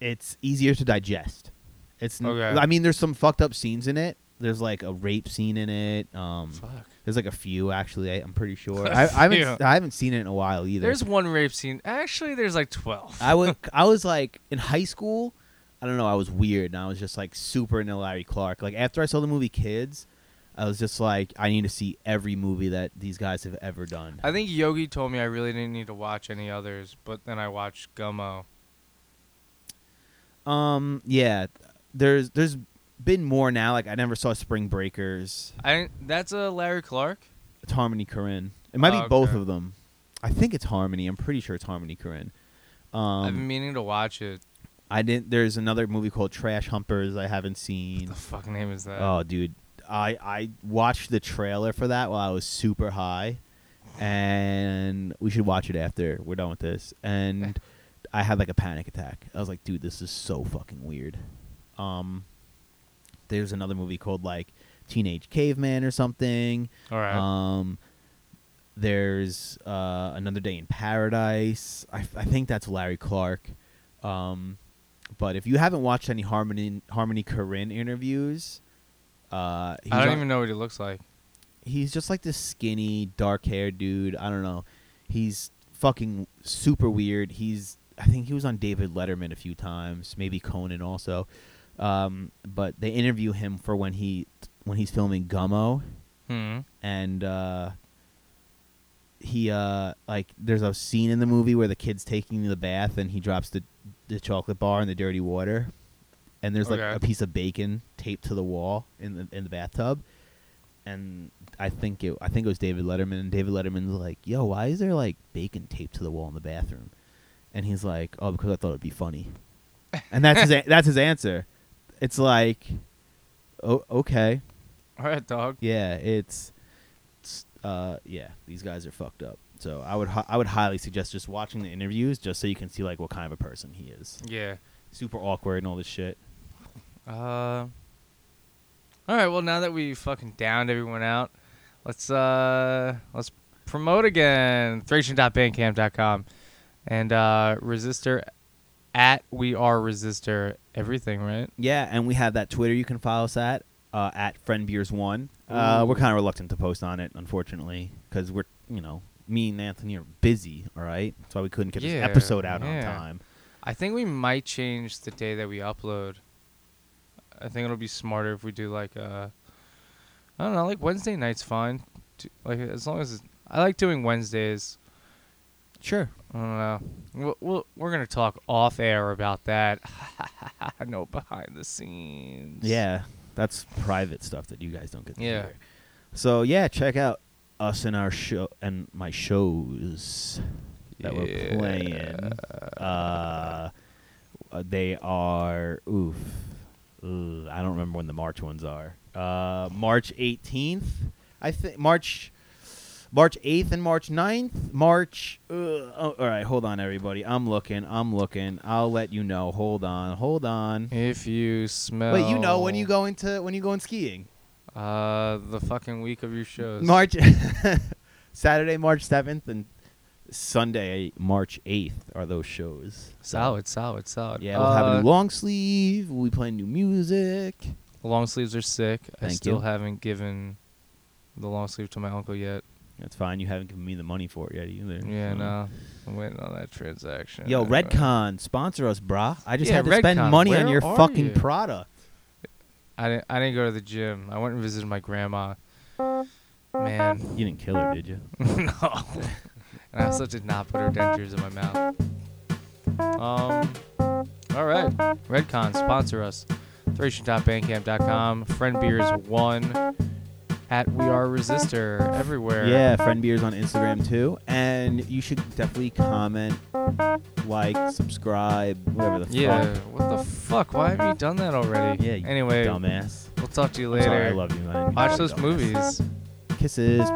[SPEAKER 2] it's easier to digest it's n-
[SPEAKER 1] Okay.
[SPEAKER 2] i mean there's some fucked up scenes in it there's like a rape scene in it um
[SPEAKER 1] Fuck.
[SPEAKER 2] there's like a few actually I, i'm pretty sure
[SPEAKER 1] A
[SPEAKER 2] I, I haven't
[SPEAKER 1] few.
[SPEAKER 2] s- i haven't seen it in a while either
[SPEAKER 1] There's one rape scene. Actually, there's like 12.
[SPEAKER 2] I would. I was like in high school. I don't know. I was weird, and I was just like super into Larry Clark. Like after I saw the movie Kids, I was just like, I need to see every movie that these guys have ever done.
[SPEAKER 1] I think Yogi told me I really didn't need to watch any others, but then I watched Gummo.
[SPEAKER 2] Um, yeah. There's there's been more now. Like I never saw Spring Breakers.
[SPEAKER 1] I didn't- that's a Larry Clark.
[SPEAKER 2] It's Harmony Korine. It might
[SPEAKER 1] Oh,
[SPEAKER 2] be both
[SPEAKER 1] okay.
[SPEAKER 2] of them. I think it's Harmony. I'm pretty sure it's Harmony Korine.
[SPEAKER 1] I've been
[SPEAKER 2] Um,
[SPEAKER 1] meaning to watch it.
[SPEAKER 2] I didn't. There's another movie called Trash Humpers I haven't seen.
[SPEAKER 1] The fuck name is that?
[SPEAKER 2] Oh, dude, I I watched the trailer for that while I was super high, and we should watch it after we're done with this. And I had like a panic attack. I was like, dude, this is so fucking weird. Um, there's another movie called like Teenage Caveman or something.
[SPEAKER 1] All right.
[SPEAKER 2] Um, there's uh, another day in paradise. I, I think that's Larry Clark. Um, but if you haven't watched any Harmony Harmony Korine interviews, uh, he's,
[SPEAKER 1] I don't
[SPEAKER 2] on-
[SPEAKER 1] even know what he looks like.
[SPEAKER 2] he's just like this skinny, dark haired dude. I don't know. He's fucking super weird. He's I think he was on David Letterman a few times, maybe Conan also. Um, but they interview him for when he when he's filming Gummo,
[SPEAKER 1] Hmm.
[SPEAKER 2] and uh he uh like there's a scene in the movie where the kid's taking the bath and he drops the the chocolate bar in the dirty water and there's like
[SPEAKER 1] Okay.
[SPEAKER 2] a piece of bacon taped to the wall in the in the bathtub and I think it I think it was David Letterman and David Letterman's like, "Yo, why is there like bacon taped to the wall in the bathroom?" And he's like, "Oh, because I thought it'd be funny." And that's his a- that's his answer. It's like, "Oh, okay."
[SPEAKER 1] All right, dog.
[SPEAKER 2] Yeah, it's, it's uh yeah, these guys are fucked up. So I would hi- I would highly suggest just watching the interviews just so you can see like what kind of a person he is.
[SPEAKER 1] Yeah.
[SPEAKER 2] Super awkward and all this shit.
[SPEAKER 1] Uh, all right. Well, now that we fucking downed everyone out, let's uh let's promote again. Thracian.bandcamp.com and uh, resistor at we are resistor everything right.
[SPEAKER 2] Yeah, and we have that Twitter you can follow us at uh, at friendbeers1. Uh, we're
[SPEAKER 1] Ooh.
[SPEAKER 2] kind of reluctant to post on it, unfortunately, because we're you know me and Anthony are busy. All right, that's why we couldn't get
[SPEAKER 1] Yeah,
[SPEAKER 2] this episode out on
[SPEAKER 1] yeah.
[SPEAKER 2] time.
[SPEAKER 1] I think we might change the day that we upload. I think it'll be smarter if we do like uh, I don't know, like Wednesday nights fine. T- Like as long as it's- I like doing Wednesdays.
[SPEAKER 2] Sure.
[SPEAKER 1] I don't know. We'll, we'll, we're gonna talk off air about that. no behind the scenes.
[SPEAKER 2] Yeah, that's private stuff that you guys don't get to
[SPEAKER 1] Yeah.
[SPEAKER 2] hear. So yeah, check out us and our show and my shows that we're playing. Uh, uh, they are oof. Ooh, I don't remember when the March ones are. Uh, March 18th, I think March. March 8th and March 9th. March. Uh, oh, all right, hold on, everybody. I'm looking. I'm looking. I'll let you know. Hold on. Hold on.
[SPEAKER 1] If you smell.
[SPEAKER 2] Wait, you know when
[SPEAKER 1] Oh.
[SPEAKER 2] you go into when you go in skiing?
[SPEAKER 1] Uh, the fucking week of your shows.
[SPEAKER 2] March Saturday, March 7th, and Sunday, March 8th are those shows.
[SPEAKER 1] Solid, solid, solid. Uh,
[SPEAKER 2] Yeah, we'll have a new long sleeve. We'll be playing new music.
[SPEAKER 1] long sleeves are sick. I
[SPEAKER 2] Thank
[SPEAKER 1] still
[SPEAKER 2] you.
[SPEAKER 1] haven't given the long sleeve to my uncle yet.
[SPEAKER 2] That's fine. You haven't given me the money for it yet either.
[SPEAKER 1] Yeah,
[SPEAKER 2] so.
[SPEAKER 1] no. I'm waiting on that transaction.
[SPEAKER 2] Yo,
[SPEAKER 1] Anyway.
[SPEAKER 2] Redcon, sponsor us, brah. I just
[SPEAKER 1] Yeah,
[SPEAKER 2] had to spend
[SPEAKER 1] Redcon,
[SPEAKER 2] money on
[SPEAKER 1] where
[SPEAKER 2] your
[SPEAKER 1] are
[SPEAKER 2] fucking
[SPEAKER 1] you?
[SPEAKER 2] product.
[SPEAKER 1] I didn't, I didn't go to the gym. I went and visited my grandma. Man.
[SPEAKER 2] You didn't kill her, did you?
[SPEAKER 1] no. And I also did not put her dentures in my mouth. Um. All right. Redcon, sponsor us. Thracian.bandcamp.com. Friend Beer is one. At We Are Resistor everywhere.
[SPEAKER 2] Yeah, friend beers on Instagram too, and you should definitely comment, like, subscribe, whatever the
[SPEAKER 1] Yeah.
[SPEAKER 2] fuck.
[SPEAKER 1] What the fuck? Why have you done that already?
[SPEAKER 2] Yeah. You
[SPEAKER 1] Anyway,
[SPEAKER 2] dumbass.
[SPEAKER 1] we'll talk to you
[SPEAKER 2] I'm
[SPEAKER 1] later.
[SPEAKER 2] sorry, I love you, man.
[SPEAKER 1] Watch those movies.
[SPEAKER 2] Kisses.